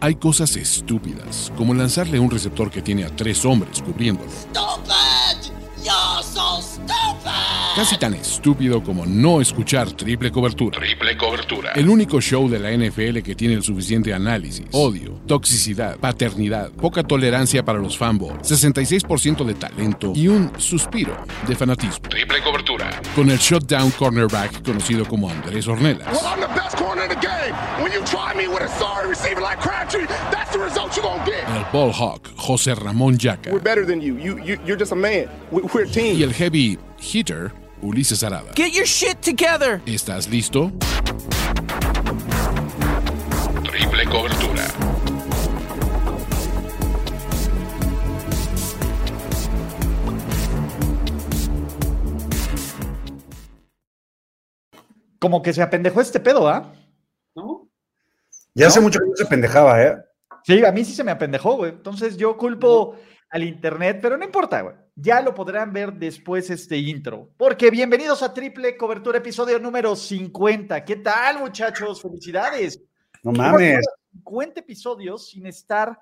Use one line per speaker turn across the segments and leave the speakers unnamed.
Hay cosas estúpidas, como lanzarle un receptor que tiene a tres hombres cubriéndolo.
¡Stupid! ¡Yo soy stupid!
Casi tan estúpido como no escuchar triple cobertura.
Triple cobertura.
El único show de la NFL que tiene el suficiente análisis, odio, toxicidad, paternidad, poca tolerancia para los fanboys, 66% de talento y un suspiro de fanatismo.
Triple cobertura.
Con el shutdown cornerback conocido como Andrés Ornelas.
Well, I'm the best corner in the game. When you try me with a sorry receiver like Crabtree, that's the result you're gonna get.
El ball hawk José Ramón Yaca.
We're better than you. You, you you're just a man. We, we're a team.
Y el heavy hitter Ulises Arada.
Get your shit together!
¿Estás listo?
Triple cobertura.
Como que se apendejó este pedo, ¿ah?
¿No?
Ya hace
¿No?
mucho que no se pendejaba, ¿eh?
Sí, a mí sí se me apendejó, güey. Entonces yo culpo al internet, pero no importa, güey. Ya lo podrán ver después este intro. Porque bienvenidos a Triple Cobertura, episodio número 50. ¿Qué tal, muchachos? Felicidades.
No
Qué
mames.
barbaridad, 50 episodios sin estar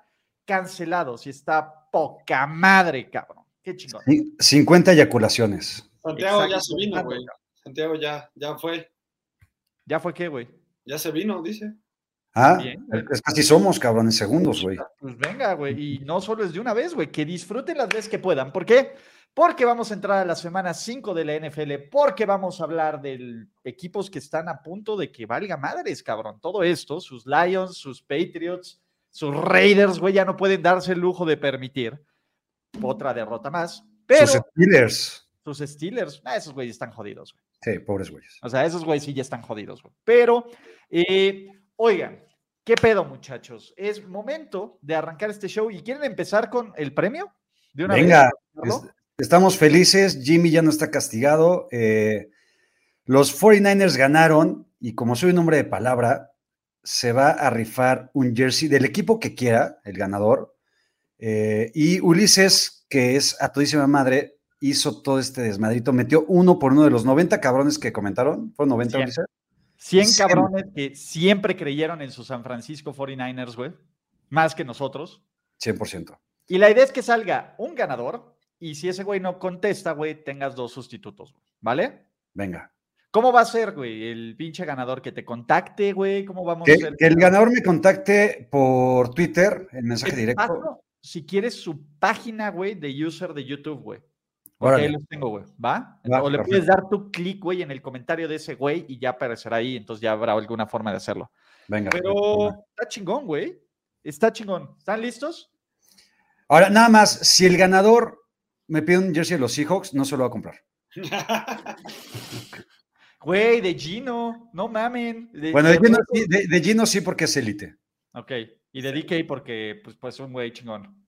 cancelados y está poca madre, cabrón. Qué chingón.
Cin- 50 eyaculaciones.
Santiago ya
Exacto,
se vino,
exacto,
güey.
cabrón.
Santiago ya, ya fue.
Ya fue que, güey.
Ya se vino, dice.
Ah,
Bien, güey.
es que así somos, cabrón, en segundos, güey.
Pues venga, güey. Y no solo es de una vez, güey. Que disfruten las veces que puedan. ¿Por qué? Porque vamos a entrar a la semana 5 de la NFL. Porque vamos a hablar de equipos que están a punto de que valga madres, cabrón. Todo esto, sus Lions, sus Patriots, sus Raiders, güey, ya no pueden darse el lujo de permitir otra derrota más. Pero
Sus Steelers.
sus Steelers, ah, esos güeyes están jodidos, güey.
Sí, pobres güeyes.
O sea, esos güeyes sí ya están jodidos, güey. Pero, eh, oigan, ¿qué pedo, muchachos? Es momento de arrancar este show. ¿Y quieren empezar con el premio? De una
Venga,
vez.
es- estamos felices. Jimmy ya no está castigado. eh, los 49ers ganaron y como soy un hombre de palabra, se va a rifar un jersey del equipo que quiera, el ganador. eh, y Ulises, que es a todísima madre, hizo todo este desmadrito, metió uno por uno de los 90 cabrones que comentaron. ¿Fueron 90,
Cien.
Ulises?
100
sí.
cabrones que siempre creyeron en su San Francisco 49ers, güey. Más que nosotros.
100%.
Y la idea es que salga un ganador. Y si ese güey no contesta, güey, tengas dos sustitutos, güey, ¿vale?
Venga.
¿Cómo va a ser, güey? El pinche ganador que te contacte, güey. ¿Cómo vamos a
Que,
hacer?
que el ganador me contacte por Twitter en mensaje
Te
directo.
paso, si quieres su página, güey, de user de YouTube, güey. Porque
Órale.
ahí los tengo, güey. ¿Va?
Va,
o le puedes dar tu clic, güey, en el comentario de ese güey y ya aparecerá ahí. Entonces ya habrá alguna forma de hacerlo.
Venga.
Pero está chingón, güey. Está chingón. ¿Están listos?
Ahora, nada más, si el ganador me pide un jersey de los Seahawks, no se lo va a comprar.
Güey, de Gino. No mamen. De-
Bueno, de
de-
Gino, sí, de- de Gino sí porque es élite.
Ok. Y de DK porque, pues, pues un güey chingón.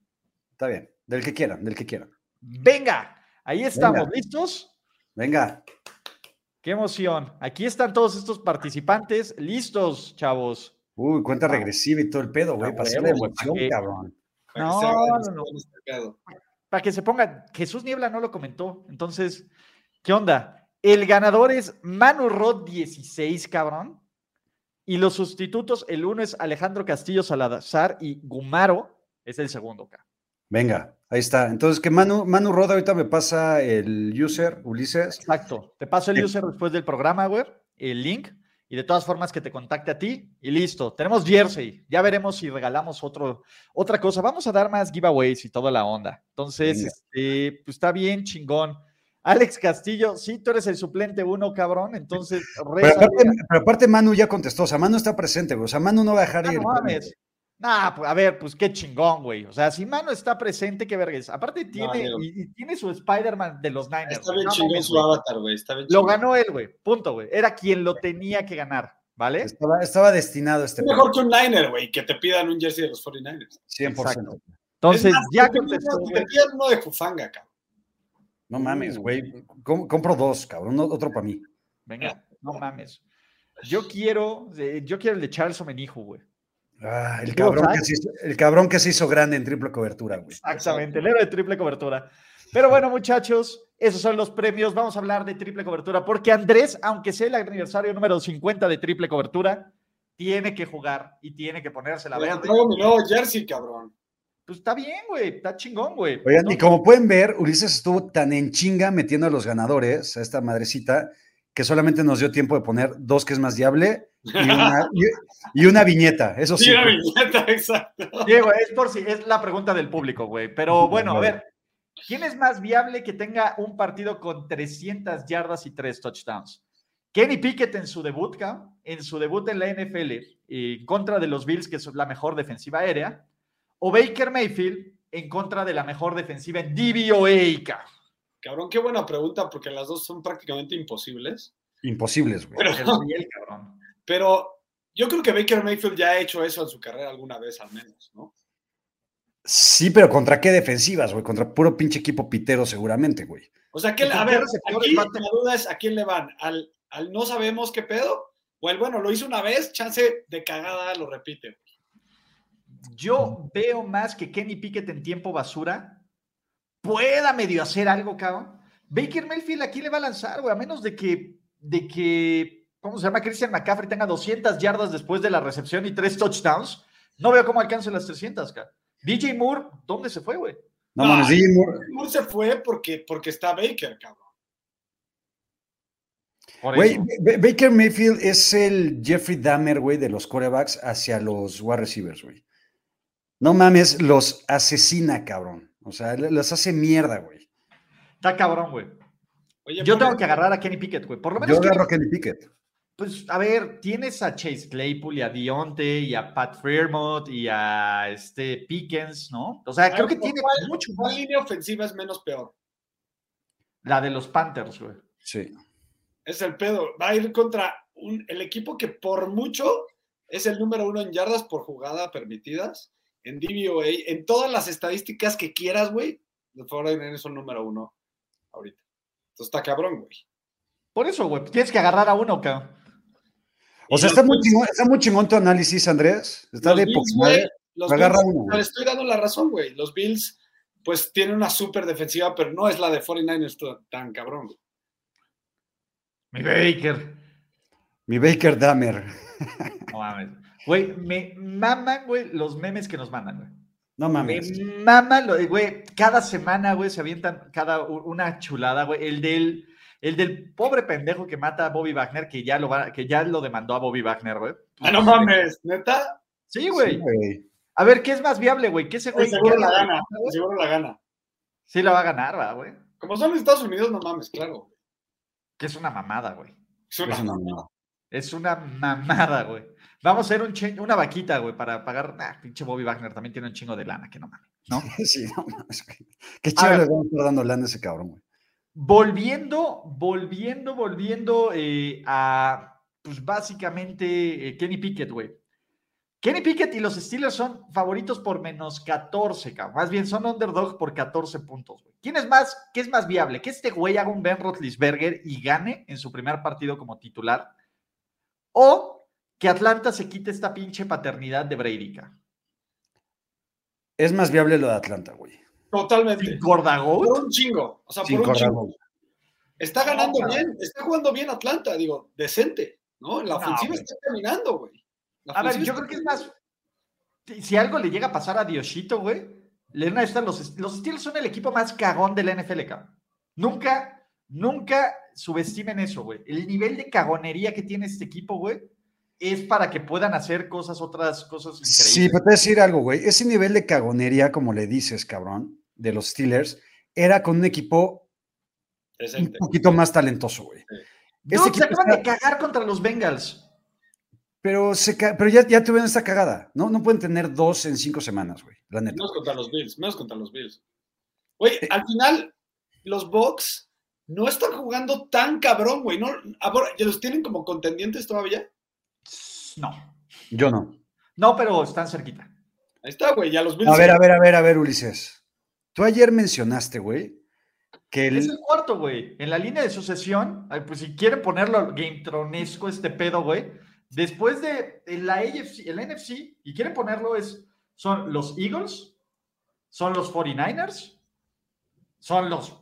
Está bien. Del que quieran, del que quieran.
Venga. Ahí estamos. ¿Listos?
Venga.
Qué emoción. Aquí están todos estos participantes. Listos, chavos.
Uy, cuenta regresiva y todo el pedo, güey.
Ah,
Pasé
huevo,
la
güey,
emoción,
¿pa' qué?
cabrón.
Para
No,
que se haga
no,
el
no.
destacado.
para que se pongan, Jesús Niebla no lo comentó. Entonces, ¿qué onda? El ganador es Manu Rod 16, cabrón. Y los sustitutos, el uno es Alejandro Castillo Salazar y Gumaro es el segundo, cabrón.
Venga, ahí está. Entonces, que Manu, Manu Roda ahorita me pasa el user, Ulises.
Exacto. Te paso el
Sí.
user después del programa, güey, el link. Y de todas formas que te contacte a ti y listo. Tenemos jersey. Ya veremos si regalamos otro, otra cosa. Vamos a dar más giveaways y toda la onda. Entonces,
Venga.
este, pues está bien chingón. Alex Castillo, sí, tú eres el suplente uno, cabrón. Entonces,
Pero
reza.
aparte, pero aparte Manu ya contestó. O sea, Manu está presente, güey. O sea, Manu no va a dejar
Ah,
ir.
no mames. Nah, pues, a ver, pues qué chingón, güey. O sea, si Mano está presente, qué vergüenza. Aparte tiene,
Diego.
y, y tiene su Spider-Man de los Niners.
Está
güey.
bien
No
chingón
mames,
su
güey.
avatar, güey. Está bien
Lo
chingón.
ganó él, güey. Punto, güey. Era quien lo tenía que ganar, ¿vale?
Estaba, estaba destinado este
Es
pedo.
mejor que un Niner, güey, que te pidan un jersey de los 49ers.
100%.
Exacto. Entonces,
Es más,
ya
que te
contestó,
pidan- que
güey.
te pidan uno de Jufanga, cabrón.
No
Mm.
mames, güey. Com- Compro dos, cabrón. uno- Otro para mí.
Venga, no mames. Yo quiero, eh, yo quiero el de Charles Omenijo, güey.
Ah, el,
Digo,
cabrón que
¿sabes?
se hizo, el cabrón que se hizo grande en triple cobertura, güey.
Exactamente, el héroe de triple cobertura. Pero bueno, muchachos, esos son los premios. Vamos a hablar de triple cobertura porque Andrés, aunque sea el aniversario número 50 de triple cobertura, tiene que jugar y tiene que ponerse la
Me
verde.
traigo mi nuevo jersey, cabrón.
Pues está bien, güey, está chingón, güey.
Oigan, y
Entonces,
como pueden ver, Ulises estuvo tan en chinga metiendo a los ganadores, a esta madrecita, que solamente nos dio tiempo de poner dos que es más diable y una, y- y una viñeta. Eso sí.
Sí, una viñeta, exacto.
Sí, güey, es por si es la pregunta del público, güey. Pero bueno, a ver, ¿quién es más viable que tenga un partido con 300 yardas y 3 touchdowns? Kenny Pickett en su debut, cabrón, en su debut en la NFL y contra de los Bills, que es la mejor defensiva aérea, o Baker Mayfield en contra de la mejor defensiva en DVOA, cabrón.
Cabrón, qué buena pregunta, porque las dos son prácticamente imposibles.
Imposibles, güey.
Es Riel, cabrón.
Pero yo creo que Baker Mayfield ya ha hecho eso en su carrera alguna vez, al menos, ¿no?
Sí, pero ¿contra qué defensivas, güey? Contra puro pinche equipo pitero, seguramente, güey.
O sea,
¿Y
¿qué-
con
a
qué
ver,
receptores
aquí
va a
la duda es a quién le van. ¿Al, al no sabemos qué pedo? O el bueno, lo hizo una vez, chance de cagada, lo repite.
Yo veo más que Kenny Pickett en tiempo basura pueda medio hacer algo, cabrón. Baker Mayfield aquí le va a lanzar, güey, a menos de que, de que, ¿cómo se llama? Christian McCaffrey tenga 200 yardas después de la recepción y tres touchdowns. No veo cómo alcance las 300, cabrón. DJ Moore, ¿dónde se fue, güey?
No mames,
Ay.
DJ Moore-
Moore se fue porque, porque está Baker, cabrón.
Por
Güey,
eso.
Ba- Ba- Baker Mayfield es el Jeffrey Dahmer, güey, de los corebacks hacia los wide receivers, güey. No mames, los asesina, cabrón. O sea, le- los hace mierda, güey.
Está cabrón, güey.
Oye,
Yo
pone-
tengo que agarrar a Kenny Pickett, güey. Por lo menos
Yo
Kenny
agarro a Kenny Pickett.
Pues, a ver, tienes a Chase Claypool y a Dionte y a Pat Fairmont y a este Pickens, ¿no? O sea,
Claro,
creo que
¿por
tiene
cuál-
mucho
¿Cuál
más.
línea ofensiva es menos peor?
La de los Panthers, güey.
Sí.
Es el pedo. Va a ir contra un, el equipo que por mucho es el número uno en yardas por jugada permitidas, en DVOA, en todas las estadísticas que quieras, güey. Los 49ers son número uno ahorita. Entonces está cabrón, güey.
Por eso, güey, tienes que agarrar a uno, cabrón.
O sea,
Y
está
los
muy,
Bills-
chingón, está muy chingón tu análisis, Andrés. Está
los
de
Bills,
poca
güey,
madre.
los
Me agarra
Bills-
uno, güey.
Le estoy dando la razón, güey. Los Bills, pues, tienen una súper defensiva, pero no es la de 49ers tan- tan cabrón, güey.
Mi Baker.
Mi Baker Dahmer.
No mames. Güey, me maman, güey, los memes que nos mandan, güey.
No
Me
mames.
mama lo de, güey, cada semana, güey, se avientan cada u- una chulada, güey. El del, el del pobre pendejo que mata a Bobby Wagner, que ya lo, va- que ya lo demandó a Bobby Wagner, güey.
Ah, no mames, neta.
Sí,
Sí,
güey.
güey.
A ver, ¿qué es más viable, güey? ¿Qué se
Pues seguro la gana,
güey?
seguro la gana.
Sí la va a ganar, va, güey.
Como son los Estados Unidos, no mames, claro.
Que es una mamada, güey.
Es una-
Es una mamada.
Es una mamada, güey. Vamos a hacer un chin- una vaquita, güey, para pagar. Nah, pinche Bobby Wagner también tiene un chingo de lana, que no mames.
Sí, no mames. güey. Qué
A
chido
ver.
le vamos a estar dando lana a ese cabrón, güey.
Volviendo, volviendo, volviendo eh, a, pues básicamente, eh, Kenny Pickett, güey. Kenny Pickett y los Steelers son favoritos por menos 14, cabrón. Más bien, son underdog por 14 puntos, güey. ¿Quién es más, qué es más viable? ¿Que este güey haga un Ben Roethlisberger y gane en su primer partido como titular? ¿O que Atlanta se quite esta pinche paternidad de Brady, cabrón?
Es más viable lo de Atlanta, güey.
Totalmente.
¿Sin Gorda
Por
Goat?
un chingo. O sea,
Sin
por un
correr,
chingo.
güey.
Está ganando
No,
bien, está jugando bien Atlanta, digo, decente, ¿no? La
No,
ofensiva
güey.
está caminando, güey. La
A ver,
Pues
ofensiva
yo
está
creo que es más. si- Si algo le llega a pasar a Dioshito, güey, le van a estar los, los Steelers son el equipo más cagón de la NFL, cabrón. Nunca, nunca subestimen eso, güey. El nivel de cagonería que tiene este equipo, güey, es para que puedan hacer cosas, otras cosas
Sí,
increíbles.
pero te voy a decir algo, güey. Ese nivel de cagonería, como le dices, cabrón, de los Steelers, era con un equipo un
decente.
poquito más talentoso, güey.
Sí.
No,
Este
se
equipo
acaban
está-
de cagar contra los Bengals.
Pero, se ca- pero ya, ya tuvieron esta cagada, ¿no? No pueden tener dos en cinco semanas, güey, la neta.
Menos contra los Bills, menos contra los Bills. Güey, al final, los Bucks no están jugando tan cabrón, güey. No, ahora, ¿ya los tienen como contendientes todavía?
No,
Yo no.
no, pero están cerquita.
Ahí está, güey, ya los Bills.
A ver, a ver, a ver, a ver, Ulises. Tú ayer mencionaste, güey, que
Es
el...
el cuarto, güey. En la línea de sucesión, ay, pues si quieren ponerlo al game tronesco este pedo, güey. Después de en la AFC, el NFC, y quieren ponerlo es, son los Eagles, son los 49ers, son los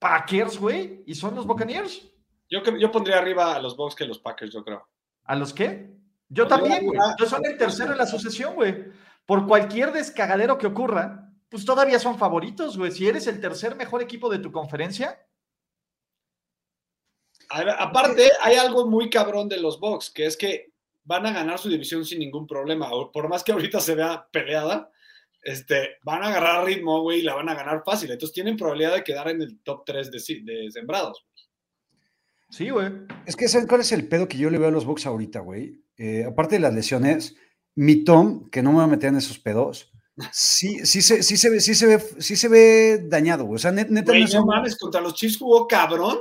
Packers, güey, y son los Buccaneers.
Yo, creo- yo pondría arriba a los Bucks que los Packers, yo creo.
¿A los qué? Yo
No,
también,
no,
güey.
no.
Yo soy el tercero en la sucesión, güey. Por cualquier descagadero que ocurra, pues todavía son favoritos, güey. Si eres el tercer mejor equipo de tu conferencia,
A ver, aparte, hay algo muy cabrón de los Bucks, que es que van a ganar su división sin ningún problema. O Por más que ahorita se vea peleada, este, van a agarrar ritmo, güey, y la van a ganar fácil. Entonces tienen probabilidad de quedar en el top 3 de, si- de sembrados.
sí, güey.
Es que, ¿saben cuál es el pedo que yo le veo a los Bucks ahorita, güey? Eh, aparte de las lesiones, mi Tom, que no me va a meter en esos pedos, sí, sí, se, sí, se, ve, sí, se, ve, sí se ve dañado, güey. O sea, net- neta,
Güey,
no es
no
un-
mames, contra los Chiefs jugó cabrón.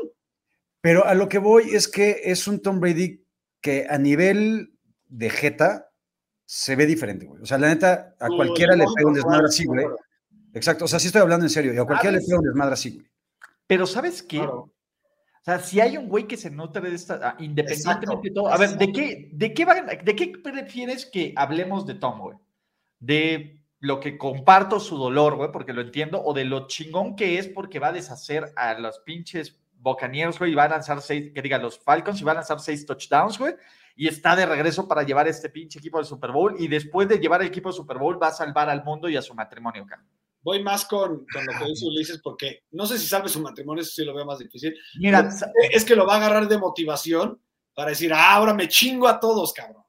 Pero a lo que voy es que es un Tom Brady que a nivel de jeta se ve diferente, güey. O sea, la neta, a
No,
cualquiera le
no,
pega un
no,
desmadre
no,
así,
no,
güey.
no.
Exacto, o sea, sí estoy hablando en serio. Y a cualquiera le
¿Sabes?
pega un desmadre así, güey.
Pero ¿sabes qué?
Claro.
O sea, si hay un güey que se nutre de esta, ah, independientemente
Exacto,
de todo. A ver, ¿de
exacto.
qué, de, qué van- ¿de qué prefieres que hablemos de Tom, güey? ¿De lo que comparto su dolor, güey, porque lo entiendo? ¿O de lo chingón que es porque va a deshacer a los pinches Buccaneers, güey, y va a lanzar seis, que diga, los Falcons, y va a lanzar seis touchdowns, güey? Y está de regreso para llevar este pinche equipo al Super Bowl. Y después de llevar el equipo al Super Bowl, va a salvar al mundo y a su matrimonio, cabrón.
Voy más con, con lo que dice Ulises, porque no sé si salve su matrimonio, eso sí lo veo más difícil. E,
Mira,
Es que lo va a agarrar de motivación para decir, "Ah, ahora me chingo a todos, cabrón.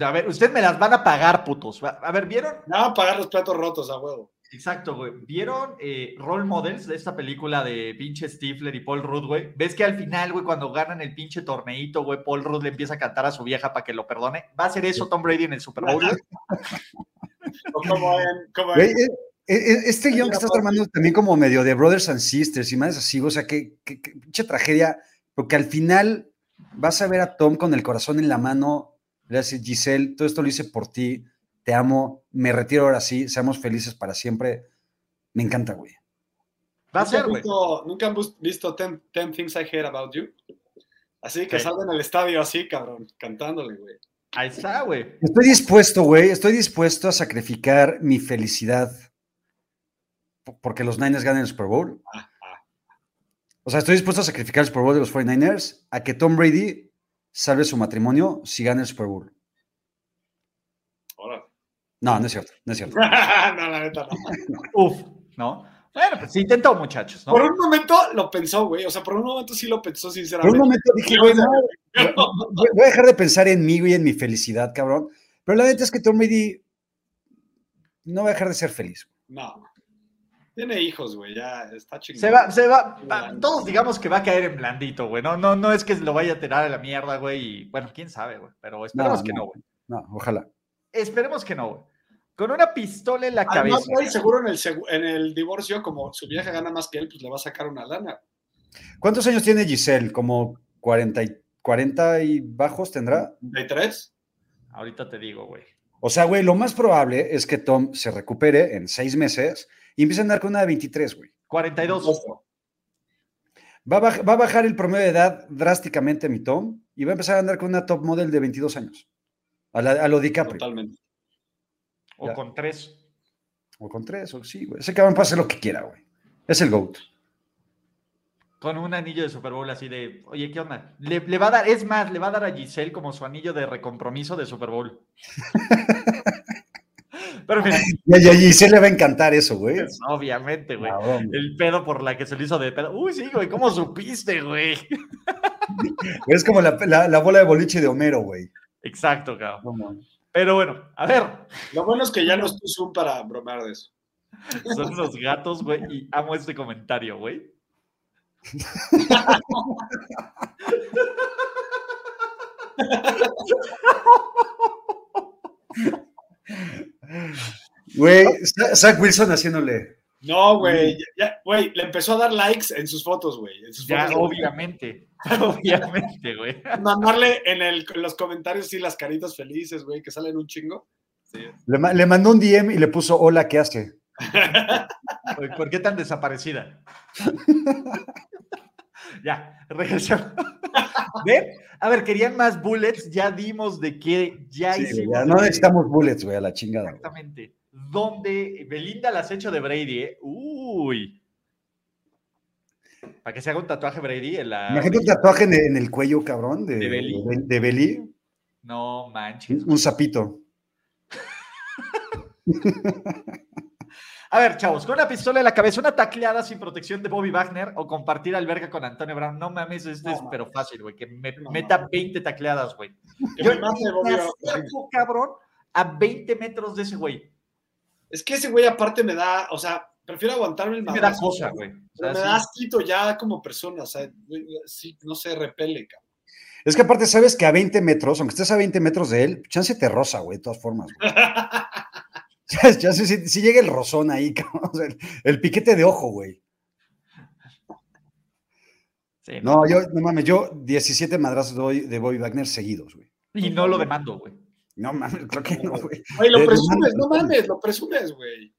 a ver, ustedes me las van a pagar, putos. A ver, ¿vieron?
Nada, pagar los platos rotos a huevo.
Exacto, güey. ¿Vieron eh, Role Models de esta película de pinche Stifler y Paul Rudd, güey? ¿Ves que al final, güey, cuando ganan el pinche torneito, güey, Paul Rudd le empieza a cantar a su vieja para que lo perdone? ¿Va a ser eso Tom Brady en el Super Bowl? güey?
O como en- como
Güey,
en-
eh, eh, eh, Este guión que estás armando también como medio de Brothers and Sisters y más así, o sea, que, que- que pinche tragedia, porque al final vas a ver a Tom con el corazón en la mano, le haces Giselle, todo esto lo hice por ti, te amo, me retiro ahora sí, seamos felices para siempre. Me encanta, güey.
Va a
¿Nunca
ser,
han
güey.
visto- ¿Nunca han bus- visto 10 Things I Hate About You? Así que
Sí.
salgan al estadio así, cabrón, cantándole, güey.
Ahí está, güey.
Estoy dispuesto, güey, estoy dispuesto a sacrificar mi felicidad po- porque los Niners ganen el Super Bowl. O sea, estoy dispuesto a sacrificar el Super Bowl de los 49ers a que Tom Brady salve su matrimonio si gana el Super Bowl.
Órale.
No, no es cierto, no es cierto.
no, la neta no.
Uf, ¿no? Bueno, pues se intentó, muchachos, ¿no?
Por un momento lo pensó, güey. O sea, por un momento sí lo
Por
pensó,
un
sinceramente.
momento dije, güey, no, voy voy a dejar de pensar en mí y en mi felicidad, cabrón. Pero la neta es que Tom Brady no va a dejar de ser feliz.
No. Tiene hijos, güey. Ya está chingón.
Se va, se va, va- todos digamos que va a caer en blandito, güey. No, no, no es que lo vaya a tirar a la mierda, güey. Y, bueno, quién sabe, güey. Pero esperemos
No,
que
no.
no, güey.
No, ojalá.
Esperemos que no, güey. Con una pistola
Ah,
en la cabeza.
Además, güey, seguro en el, segu- en el divorcio, como su vieja gana más que él, pues le va a sacar una lana.
¿Cuántos años tiene Giselle? ¿Como 40 y, 40 y bajos tendrá?
¿De tres?
Ahorita te digo, güey.
O sea, güey, lo más probable es que Tom se recupere en seis meses y empiece a andar con una de 23, güey.
42.
Va a, baj- va a bajar el promedio de edad drásticamente mi Tom y va a empezar a andar con una top model de 22 años. A, la- a lo DiCaprio.
Totalmente.
O
Ya.
con tres.
O con tres, o sí, güey. Ese cabrón puede hacer lo que quiera, güey. Es el GOAT.
Con un anillo de Super Bowl así de, oye, ¿qué onda? Le, le va a dar, es más, le va a dar a Giselle como su anillo de recompromiso de Super Bowl. Pero mira,
Y a y a Giselle le va a encantar eso, güey.
obviamente, güey.
Cabrón, güey.
El pedo por la que se le hizo de pedo. Uy, sí, güey, ¿cómo supiste, güey?
Es como la, la- la bola de boliche de Homero, güey.
Exacto, cabrón. Pero bueno, a ver,
Lo bueno es que ya no estoy Zoom para bromear de eso.
son los gatos, güey, y amo este comentario, güey.
Güey, Sa- Zach Wilson haciéndole.
No, güey. ya- ya- Güey, le empezó a dar likes en sus fotos, güey. En sus
Ya,
fotos.
obviamente. Obviamente, güey.
Mandarle en, el- en los comentarios, sí, las caritas felices, güey, que salen un chingo.
Le, ma- le mandó un DM y le puso, hola, ¿qué hace?
Oye, ¿Por qué tan desaparecida? ya, regresamos. ¿Ven? A ver, querían más bullets, ya dimos de qué, ya
Sí, güey,
hicimos.
ya no
de-
necesitamos bullets, güey, a la chingada. güey.
Exactamente. Donde Belinda las hecho de Brady, ¿eh? Uy. Para que se haga un tatuaje Brady en la.
Imagínate un tatuaje en, en el cuello, cabrón, de,
De Belly.
de- de Belly.
No manches.
Un sapito.
A ver, chavos, con una pistola en la cabeza, una tacleada sin protección de Bobby Wagner o compartir alberga con Antonio Brown. No mames, este es pero fácil, güey. Que me meta 20 tacleadas, güey.
Que
Yo
me mate, Bobby
me
Wagner.
acerco, cabrón, a 20 metros de ese güey.
Es que ese güey aparte me da, o sea, prefiero aguantarme el
Sí Me da
madrazo,
cosa, güey. O sea,
pero me
sí.
da asquito ya como persona, o sea, güey, sí, no se repele, cabrón.
Es que aparte sabes que a 20 metros, aunque estés a 20 metros de él, chance te rosa, güey, de todas formas. güey. Chance- chance si, llega el rozón ahí, cabrón, o sea, el, el piquete de ojo, güey.
Sí,
No, yo, no mames, yo 17 madrazos doy de Bobby Wagner seguidos, güey.
Y no lo demando, güey.
No mames, creo que no, güey.
Güey, lo
Eh,
presumes, no
no
mames, lo presumes, güey.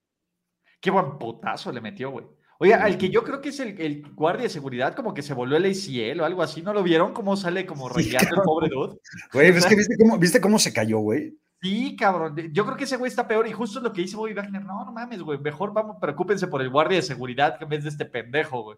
Qué buen putazo le metió, güey. Oye, al que yo creo que es el, el guardia de seguridad, como que se volvió el ACL o algo así, ¿no lo vieron? Cómo sale como rengueando el pobre dude.
Güey, es que viste cómo, viste cómo se cayó, güey.
Sí, cabrón. de- Yo creo que ese güey está peor y justo es lo que dice Bobby Wagner. No, no mames, güey. Mejor vamos, preocúpense por el guardia de seguridad que en vez de este pendejo, güey.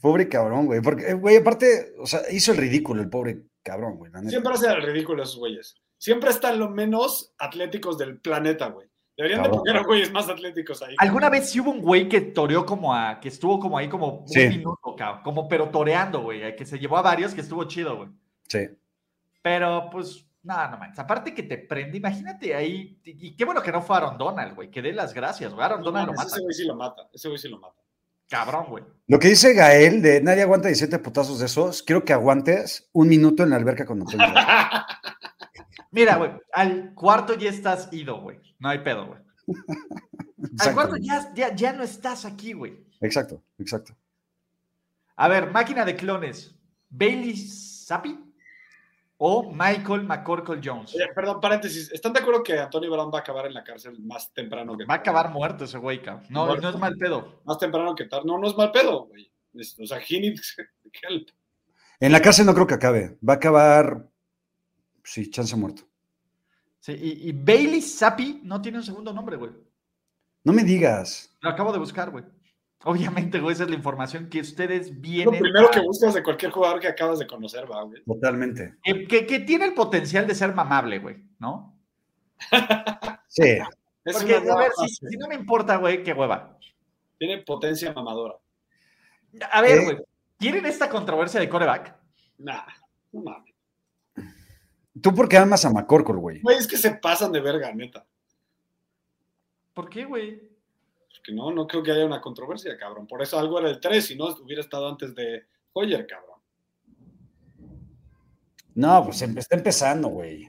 Pobre cabrón, güey. Porque, eh, güey, aparte, o sea, hizo el ridículo el pobre cabrón, güey. la neta.
Siempre hacen el ridículo esos güeyes. Siempre están los menos atléticos del planeta, güey. Deberían de
Cabrón.
poner a güeyes más atléticos ahí.
¿Alguna vez sí hubo un güey que toreó como a, que estuvo como ahí como un
Sí.
minuto, cabrón? Como pero toreando, güey. eh, Que se llevó a varios que estuvo chido, güey.
Sí.
Pero pues, nada, no manches. Aparte que te prende, imagínate ahí. Y qué bueno que no fue Aaron Donald, güey. Que dé las gracias, güey. Aaron
No
Donald lo
mames,
mata.
ese güey sí lo mata, ese güey sí lo mata.
Cabrón, güey.
Lo que dice Gael de nadie aguanta 17 putazos de esos, quiero que aguantes un minuto en la alberca con Antonio. Brown.
Mira, güey. Al cuarto ya estás ido, güey. No hay pedo, güey. Al
Exacto,
cuarto
güey.
ya, ya, ya no estás aquí, güey.
Exacto, exacto.
A ver, máquina de clones. ¿Bailey Zappi o Michael McCorkle Jones?
Oye, perdón, paréntesis. ¿Están de acuerdo que Antonio Brown va a acabar en la cárcel más temprano que
Va a acabar muerto ese güey, cabrón. No,
Muerto.
no es mal pedo.
Más temprano que tarde. No, no es mal pedo, güey. Es- O sea, Higgins,
En la cárcel no creo que acabe. Va a acabar. Sí, chance muerto.
Sí, y, y Bailey Zappi no tiene un segundo nombre, güey.
No me digas.
Lo acabo de buscar, güey. Obviamente, güey, esa es la información que ustedes
es lo
vienen.
primero
a-
que buscas de cualquier jugador que acabas de conocer, va, güey.
Totalmente.
que, que- que tiene el potencial de ser mamable, güey, ¿no?
Sí.
Es
Porque,
una
a ver,
nueva
si,
fase.
si no me importa, güey, qué hueva.
Tiene potencia mamadora.
A ver,
¿Eh?
güey, ¿tienen esta controversia de coreback?
Nah, no mames.
Tú porque amas a McCorkle, güey.
Güey, es que se pasan de verga, neta.
¿Por qué, güey?
Porque no, no creo que haya una controversia, cabrón. Por eso algo era el 3, si no hubiera estado antes de Hoyer, cabrón.
No, pues em- está empezando, güey.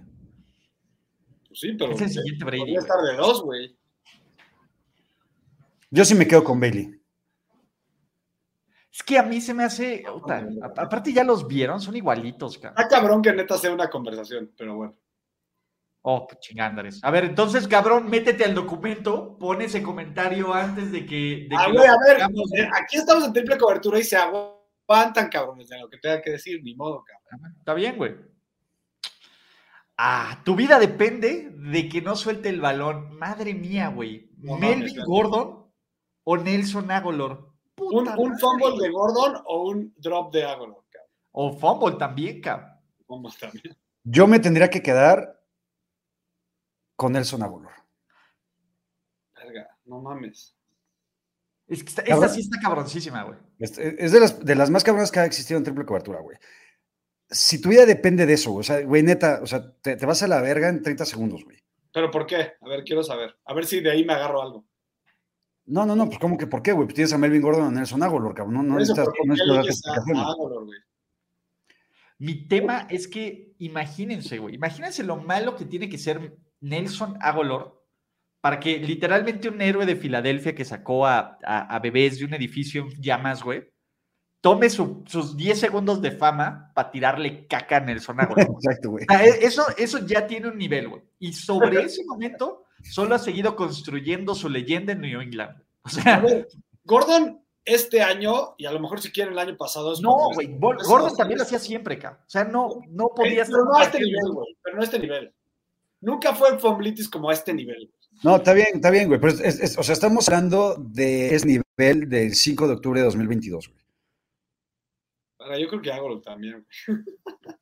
Pues sí, pero
Es el siguiente Brady,
podría
güey.
estar de dos, güey.
Yo sí me quedo con Bailey.
Es que a mí se me hace. puta, a- aparte, ya los vieron, son igualitos, cabrón.
Está cabrón que neta sea una conversación, pero bueno.
Oh, qué chingandares. A ver, entonces, cabrón, métete al documento, pon ese comentario antes de que. de
Ah,
que
güey,
lo
a ver,
pongamos.
eh, aquí estamos en triple cobertura y se aguantan, cabrones, de lo que tenga que decir, ni modo, cabrón.
Está bien, güey. Ah, tu vida depende de que no suelte el balón. Madre mía, güey.
No mames,
Melvin
claro.
Gordon o Nelson Agolor. Puta
Un, un
madre.
fumble de Gordon o un drop de Agolor, cabrón.
O fumble también, cabrón.
Fumble también.
Yo me tendría que quedar con Nelson Aguilar.
Verga, no mames.
Es que esta, esta
Cabrón.
sí está cabroncísima, güey.
Es, e, es de, las, de las más cabronas que ha existido en triple cobertura, güey. Si tu vida depende de eso, güey, o sea, güey, neta, o sea, te, te vas a la verga en 30 segundos, güey.
¿Pero por qué? A ver, quiero saber. A ver si de ahí me agarro algo.
No, no, no, pues ¿cómo que por qué, güey? Pues tienes a Melvin Gordon o Nelson Aguilar, cabrón. No, no
Por eso,
necesitas,
¿por qué
no necesitas
le
darte
dices a-
explicaciones.
a Agolor, güey?
Mi tema es que imagínense, güey. Imagínense lo malo que tiene que ser Nelson Agolor para que literalmente un héroe de Filadelfia que sacó a, a- a bebés de un edificio en llamas, güey, tome su- sus 10 segundos de fama para tirarle caca a Nelson Agolor.
Exacto, güey.
O sea, e- Eso, eso ya tiene un nivel, güey. Y sobre ese momento solo ha seguido construyendo su leyenda en New England. O
A
sea,
ver, Gordon este año, y a lo mejor si quieren el año pasado. es
no,
cuando-
güey. Bol-
es-
Gordon también lo hacía siempre, cabrón. O sea, no, no podía
Pero no a este
ser-
nivel, güey. Pero no a este nivel. Nunca fue Fomblitis como a este nivel.
No, está bien, está bien, güey. Pero es, es- es- o sea, estamos hablando de ese nivel del 5 de octubre de 2022, güey.
Ahora, yo creo que hago también. güey.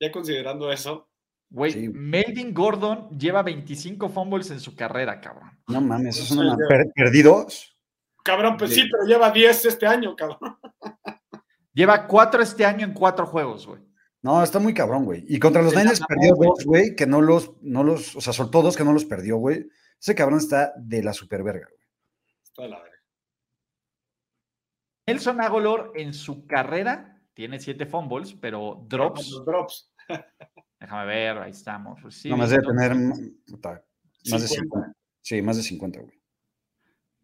ya considerando eso.
Güey,
Sí.
Melvin Gordon lleva 25 fumbles en su carrera, cabrón.
No mames, es
Sí,
una
ya.
per- perdidos.
Cabrón, pues sí, pero lleva 10 este año, cabrón.
Lleva 4 este año en 4 juegos, güey.
No, está muy cabrón, güey. Y contra los
Se la
Niners
mamó,
perdió
güey.
dos, güey, que no los, no los, o sea, soltó dos que no los perdió, güey. Ese cabrón está de la superverga, güey.
Está de la verga.
Nelson Agolor en su carrera tiene 7 fumbles, pero drops.
Los drops.
Déjame ver, ahí estamos. pues
no más debe
receiving,
tener
pues,
mm, puta, más de
50.
50. Sí, más de 50, güey.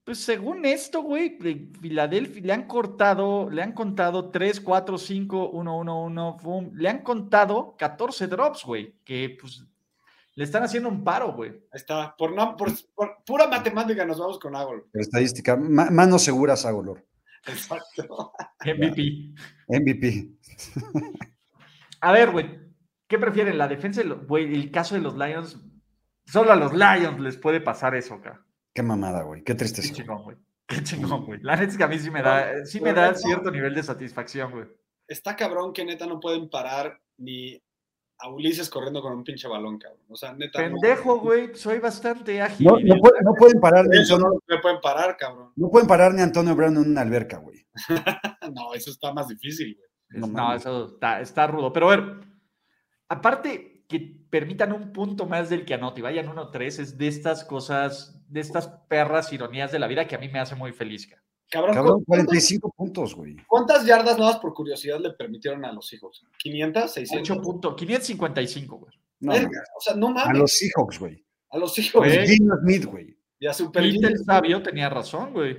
Pues según esto, güey, de Filadelfia le han cortado, le han contado 3, 4, 5, 1, 1, 1, boom. Le han contado 14 drops, güey, que pues le están haciendo un paro, güey.
Ahí está. Por, na- por, por pura matemática nos vamos con Agol.
Pero estadística, ma- manos seguras a Golor.
Exacto.
MVP.
MVP.
A ver, güey, ¿qué prefieren? ¿La defensa? de los- Güey, el caso de los Lions, solo a los Lions les puede pasar eso, cara.
Qué mamada, güey. Qué
Qué
tristeza. güey.
chingón, güey. Qué chingón, güey. La neta es que a mí sí me da, sí me da cierto nivel de satisfacción, güey.
Está cabrón que neta no pueden parar ni a Ulises corriendo con un pinche balón, cabrón. O sea, neta. no-
Pendejo, güey, soy bastante ágil.
No, no puede- no pueden parar ni
Eso
Antonio,
no me pueden parar, cabrón.
no pueden parar ni Antonio Brown en una alberca, güey.
No, eso está más difícil, güey.
Es-
No
No,
mames.
eso está, está rudo. Pero a ver, aparte que permitan un punto más del que anote y vayan 1-3, es de estas cosas, de estas perras ironías de la vida que a mí me hace muy feliz. ca.
Cabrón,
Cabrón,
¿cuántas,
45 puntos, güey.
cuántas yardas nuevas por curiosidad le permitieron a los hijos? ¿500?
8
¿600?
puntos, 555, güey.
No,
Verga,
mames.
o sea, no
a
mames.
los Seahawks, güey.
A los hijos.
Güey.
Gino Smith, güey.
Y a Super
Peter
Jimmy.
el Sabio tenía razón, güey.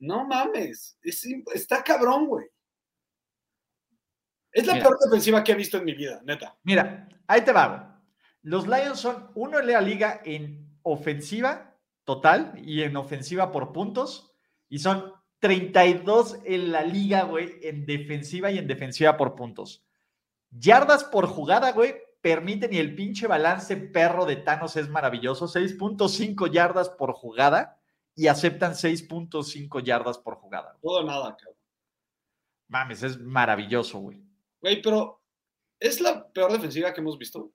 No mames. es im- está cabrón, güey. Es la
Mira.
peor defensiva que he visto en mi vida, neta.
Mira, ahí te va, güey. Los Lions son uno en la liga en ofensiva total y en ofensiva por puntos. Y son 32 en la liga, güey, en defensiva y en defensiva por puntos. Yardas por jugada, güey, permiten y el pinche balance perro de Thanos es maravilloso. 6.5 yardas por jugada y aceptan 6.5 yardas por jugada.
Todo o nada, cabrón.
Mames, es maravilloso, güey.
Güey, pero es la peor defensiva que hemos visto.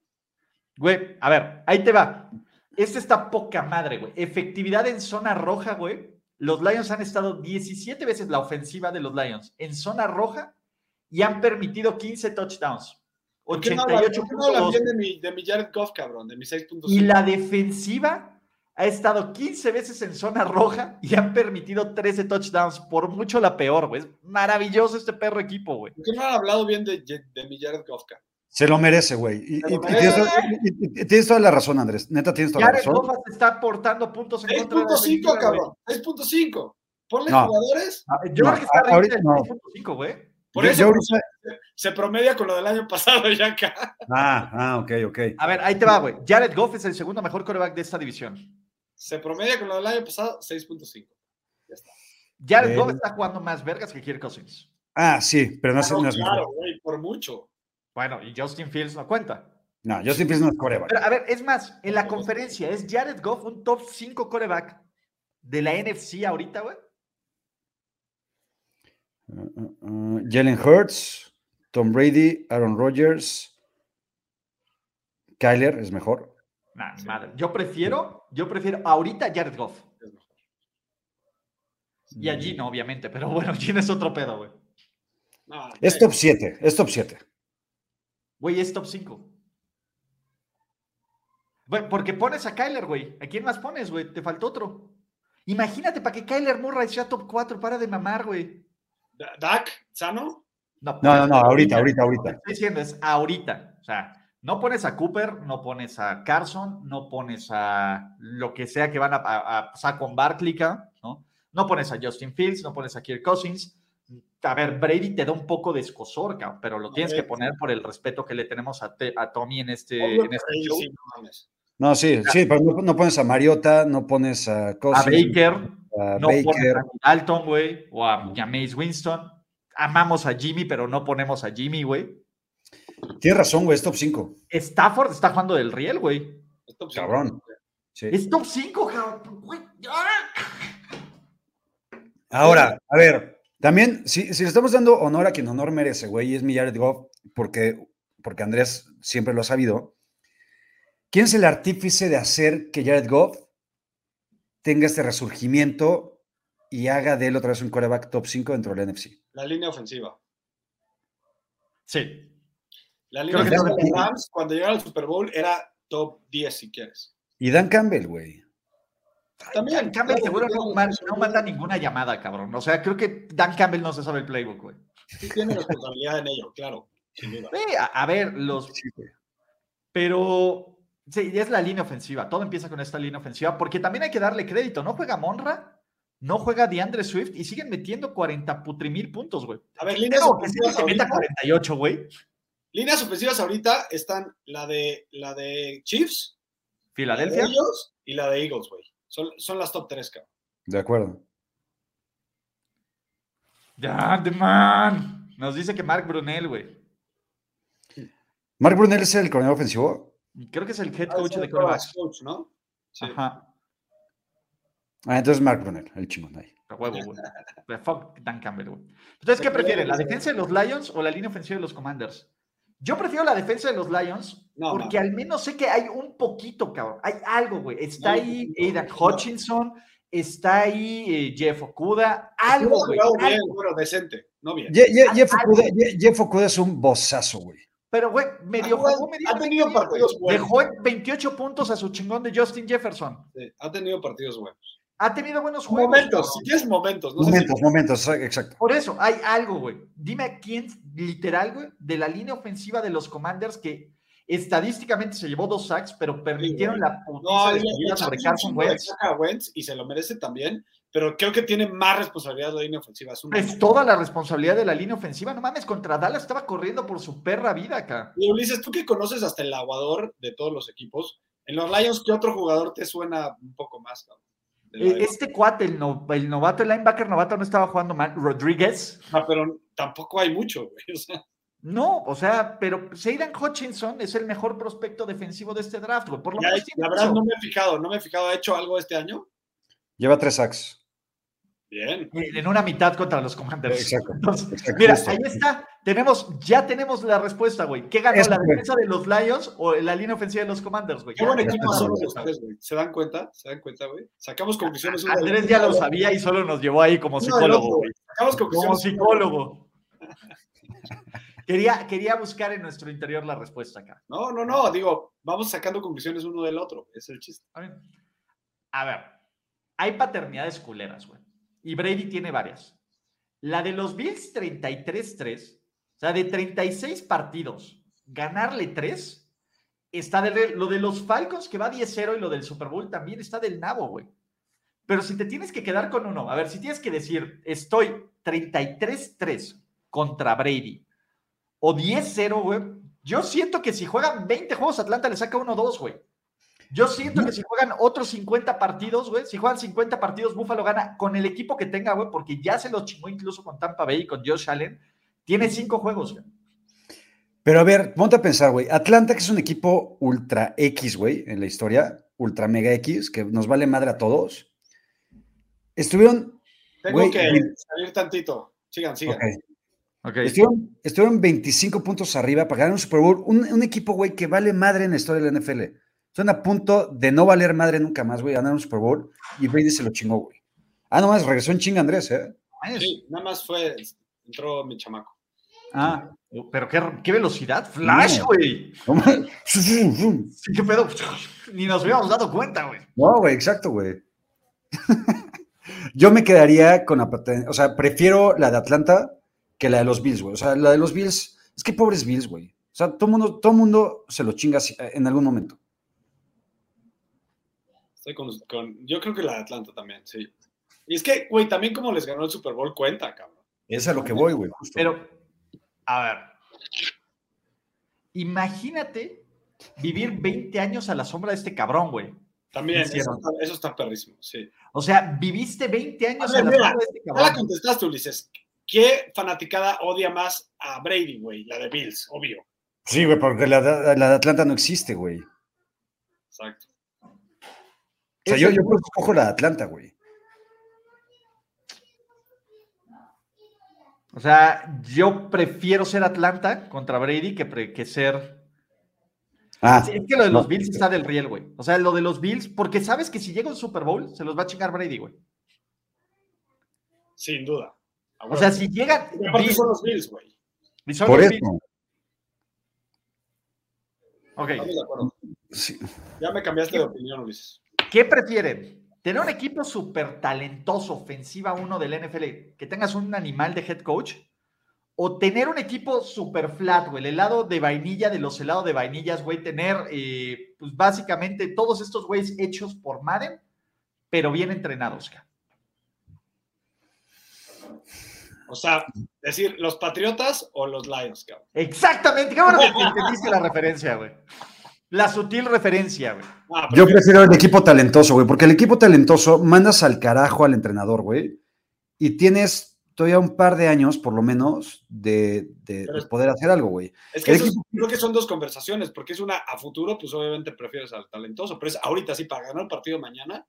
Güey, a ver, ahí te va. Este está poca madre, güey. Efectividad en zona roja, güey. Los Lions han estado 17 veces la ofensiva de los Lions en zona roja y han permitido 15 touchdowns.
¿Por qué no hablan, por qué no hablan
88.2.
bien de mi, de mi Jared Goff, cabrón? De mi 6.5.
Y la defensiva ha estado 15 veces en zona roja y han permitido 13 touchdowns. Por mucho la peor, güey. Es maravilloso este perro equipo, güey.
¿Por qué no han hablado bien de, Je- de mi Jared Goff, cabrón?
Se lo merece, güey. Y,
Se lo
y- y tienes,
merece.
y- y- y tienes toda la razón, Andrés. Neta, tienes toda la
Jared
razón.
Goff se está aportando puntos en contra de la
6.5,
defensiva, güey.
cabrón. 6.5. Ponle
No.
jugadores.
Ah,
Yo
no,
creo que está
a-
arriba
ahorita
del
no.
6.5, güey.
Por
Yo-
eso
yo ahorita-
se promedia con lo del año pasado ya acá.
Ah, ah, ok, ok.
A ver, ahí te va, güey. Jared Goff es el segundo mejor coreback de esta división.
Se promedia con lo del año pasado 6.5.
Jared
Eh.
Goff está jugando más vergas que Kirk Cousins.
Ah, sí, pero no, es-
No,
no es
claro, güey, por mucho.
Bueno, y Justin Fields no cuenta.
No, yo siempre no es coreback.
Pero a ver, es más, en la conferencia, ¿es Jared Goff un top 5 coreback de la NFC ahorita, güey?
Uh, uh, uh, Jalen Hurts, Tom Brady, Aaron Rodgers, Kyler es mejor.
Nah, madre. Yo prefiero, yo prefiero ahorita a Jared Goff. Y a Gino, obviamente, pero bueno, Gino es otro pedo, güey.
No,
Es top 7, es top 7.
Güey, es top 5. porque pones a Kyler, güey. ¿A quién más pones, güey? Te faltó otro. Imagínate para que Kyler Murray sea top 4. Para de mamar, güey. pues,
Da- Dak, ¿sano?
No, no, no,
pero-
ahorita, ahorita,
Lo que
ahorita.
estoy diciendo es ahorita. O sea, no pones a Cooper, no pones a Carson, no pones a lo que sea que van a, a, a Saquon Barkley, ca, ¿no? No pones a Justin Fields, no pones a Kirk Cousins. A ver, Brady te da un poco de escosor, ca, pero lo tienes que
ver.
poner por el respeto que le tenemos a, Te- a Tommy en este,
Obvio
en
que
este
Brady,
show.
sí, no mames.
No, sí, sí, pero no, no pones a Mariota, no pones a
A
Cousins,
Baker,
a
no pones
Baker.
a Dalton, güey, o a Jameis Winston. Amamos a Jimmy, pero no ponemos a Jimmy, güey.
Tienes razón, güey, es top 5.
Stafford está jugando del riel, güey.
Es top cinco.
Cabrón. Sí.
Es top 5, cabrón. Güey, ¡ah!
Ahora, a ver, también, si, si le estamos dando honor a quien honor merece, güey, y es mi Jared Goff, porque, porque Andrés siempre lo ha sabido, ¿quién es el artífice de hacer que Jared Goff tenga este resurgimiento y haga de él otra vez un coreback top 5 dentro del NFC?
La línea ofensiva.
Sí.
La línea
que tengo
ofensiva de
que-
Rams, cuando llegaron al Super Bowl, era top 10, si quieres.
Y Dan Campbell, güey.
También,
Dan Campbell
claro,
seguro no,
claro,
man-
sí,
no manda ninguna llamada, cabrón. O sea, creo que Dan Campbell no se sabe el playbook, güey.
Sí tiene responsabilidad en ello, claro. Sin duda.
Sí, a, a ver, los.
Sí, güey.
Pero. Sí, es la línea ofensiva. Todo empieza con esta línea ofensiva. Porque también hay que darle crédito. No juega Monra, no juega DeAndre Swift y siguen metiendo 40 putri mil puntos, güey.
A ver, líneas
Pero que sí
ofensivas
se meta
ahorita.
48, güey.
Líneas ofensivas ahorita están la de, la de Chiefs, la de
Filadelfia.
ellos y la de Eagles, güey. Son, son las top 3, cabrón.
De acuerdo.
Ya, the man. Nos dice que Mark Brunel, güey.
Mark Brunel es el coronel ofensivo.
Creo que es el head coach
Ah,
de
sí,
quarterbacks.
coach, ¿no? Sí.
Ajá.
Ah, entonces Mark Brunel, el chimón ahí.
A huevo, güey. The Fuck Dan Campbell, güey. Entonces, ¿qué prefieren? ¿La defensa de los Lions o la línea ofensiva de los Commanders? Yo prefiero la defensa de los Lions
No,
porque al menos sé que hay un poquito, cabrón. Hay algo, güey. Está
Hay un
ahí
poquito,
Aidan
güey.
Hutchinson, está ahí eh, Jeff Okuda. Algo,
Hubiera
güey.
jugado bien,
algo.
bueno, decente, no bien.
Ye- Ye- Jeff Okuda, Ye- Jeff Okuda es un bozazo, güey.
Pero, güey, medio
jugado-
jugó, medio
ha
medio,
tenido
güey.
partidos buenos.
Dejó en 28 puntos a su chingón de Justin Jefferson.
Sí, Ha tenido partidos buenos.
Ha tenido buenos juegos.
Momentos,
cabrón.
si quieres momentos, no sé
momentos,
si-
momentos, exacto.
Por eso, hay algo, güey. Dime a quién, literal, güey, de la línea ofensiva de los Commanders que estadísticamente se llevó dos sacks, pero permitieron
güey.
la
No,
putiza de
le-
su vida
le
sobre
echaron un
Carson
chingo de
Wentz.
caca a Wentz y se lo merece también, pero creo que tiene más responsabilidad la línea ofensiva. Es un
Es toda la responsabilidad de la línea ofensiva. No mames, contra Dallas estaba corriendo por su perra vida acá.
Y Ulises, tú que conoces hasta el aguador de todos los equipos, en los Lions, ¿qué otro jugador te suena un poco más? cabrón? De
Eh,
Lions.
Este cuate, el, no- el novato, el linebacker novato, no estaba jugando mal. Rodríguez.
Ah, pero tampoco hay mucho, güey. O sea,
No, o sea, pero Seidan Hutchinson es el mejor prospecto defensivo de este draft, güey. Por lo
ya
menos
hay-
tiene
la verdad
eso.
no me he fijado, no me he fijado. ¿Ha hecho algo este año?
Lleva tres sacks.
Bien.
en en una mitad contra los Commanders.
Exacto.
Entonces,
exacto,
Mira,
justo.
ahí está. Tenemos, ya tenemos la respuesta, güey. ¿Qué ganó
Eso,
la
güey.
defensa de los Lions o la línea ofensiva de los Commanders, güey?
Qué
Ya
buen
tenemos
equipo
la
son los
respuesta.
tres, güey. ¿Se dan cuenta? ¿Se dan cuenta, güey? Sacamos conclusiones. una de-
Andrés ya lo sabía y solo nos llevó ahí como
No,
psicólogo,
no,
güey.
Sacamos
Como
conclusiones.
psicólogo. Quería, quería buscar en nuestro interior la respuesta acá.
No, no, no. Digo, vamos sacando conclusiones uno del otro. Es el chiste.
A ver. A ver, hay paternidades culeras, güey. Y Brady tiene varias. La de los Bills 33-3, o sea, de 36 partidos, ganarle 3, está de re- lo de los Falcons que va 10-0 y lo del Super Bowl también está del nabo, güey. Pero si te tienes que quedar con uno, a ver, si tienes que decir, estoy 33-3 contra Brady o 10-0, güey, yo siento que si juegan 20 juegos, Atlanta le saca 1-2, güey. Yo siento que si juegan otros 50 partidos, güey, si juegan 50 partidos, Buffalo gana con el equipo que tenga, güey, porque ya se lo chingó incluso con Tampa Bay y con Josh Allen. Tiene cinco juegos, güey.
Pero a ver, ponte a pensar, güey. Atlanta, que es un equipo ultra X, güey, en la historia, ultra mega X, que nos vale madre a todos. Estuvieron,
Tengo
Güey,
que
y-
salir tantito. Sigan, sigan.
ok, estuvieron, estuvieron 25 puntos arriba para ganar un Super Bowl. Un, un equipo, güey, que vale madre en la historia de la NFL. Están a punto de no valer madre nunca más, güey, ganar un Super Bowl. Y Brady se lo chingó, güey. Ah, nomás regresó en chinga Andrés, ¿eh?
Sí, nada más fue, entró mi chamaco.
Ah.
Pero qué, qué velocidad, flash,
No.
güey.
No,
Sí, qué pedo. Ni nos habíamos dado cuenta, güey.
güey, exacto, güey. Yo me quedaría con la paten- O sea, prefiero la de Atlanta que la de los Bills, güey. O sea, la de los Bills, es que pobres Bills, güey. O sea, todo mundo, todo mundo se lo chinga así- en algún momento.
Estoy con, con- yo creo que la de Atlanta también, sí. Y es que, güey, también como les ganó el Super Bowl, cuenta, cabrón.
Es a lo que voy, güey. justo.
Pero, a ver. Imagínate vivir 20 años a la sombra de este cabrón, güey.
También, eso
Hicieron.
está, eso está perrísimo, sí.
O sea, viviste 20 años a,
ver,
la
mira,
sombra de este
Ya la
cabrón.
contestaste, Ulises. ¿Qué fanaticada odia más a Brady, güey? La de Bills, obvio.
Sí, güey, porque la, de- la de Atlanta no existe, güey. O
Exacto.
sea, yo, yo por eso escojo la de Atlanta, güey.
O O sea, yo prefiero ser Atlanta contra Brady que, pre- que ser.
Ah,
Sí, es que lo de los
no.
Bills está del riel, güey. O sea, lo de los Bills, porque sabes que si llega un Super Bowl, se los va a chingar Brady, güey.
Sin duda. A
O
huevo.
sea, si llegan.
Y aparte
Bills-
son los Bills, güey.
y son
por
los
eso.
Bills- Ok.
Estamos de acuerdo.
Sí.
Ya me cambiaste de opinión, Ulises.
¿Qué prefieren? ¿Tener un equipo súper talentoso, ofensiva uno del NFL, que tengas un animal de head coach? ¿O tener un equipo súper flat, güey? El helado de vainilla de los helados de vainillas, güey. Tener, eh, pues básicamente, todos estos güeyes hechos por Madden, pero bien entrenados, ca.
O sea, decir, ¿los Patriotas o los Lions, cabrón?
Exactamente. Qué bueno que te entendiste la referencia, güey. La sutil referencia, güey.
Ah, pero
Yo prefiero el equipo talentoso, güey, porque el equipo talentoso mandas al carajo al entrenador, güey, y tienes todavía un par de años, por lo menos, de, de-
Pero
de
es-
poder hacer algo, güey.
es que
el
eso es-
equipo-
creo que son dos conversaciones, porque es una a futuro, pues obviamente prefieres al talentoso, pero es ahorita sí, para ganar el partido mañana,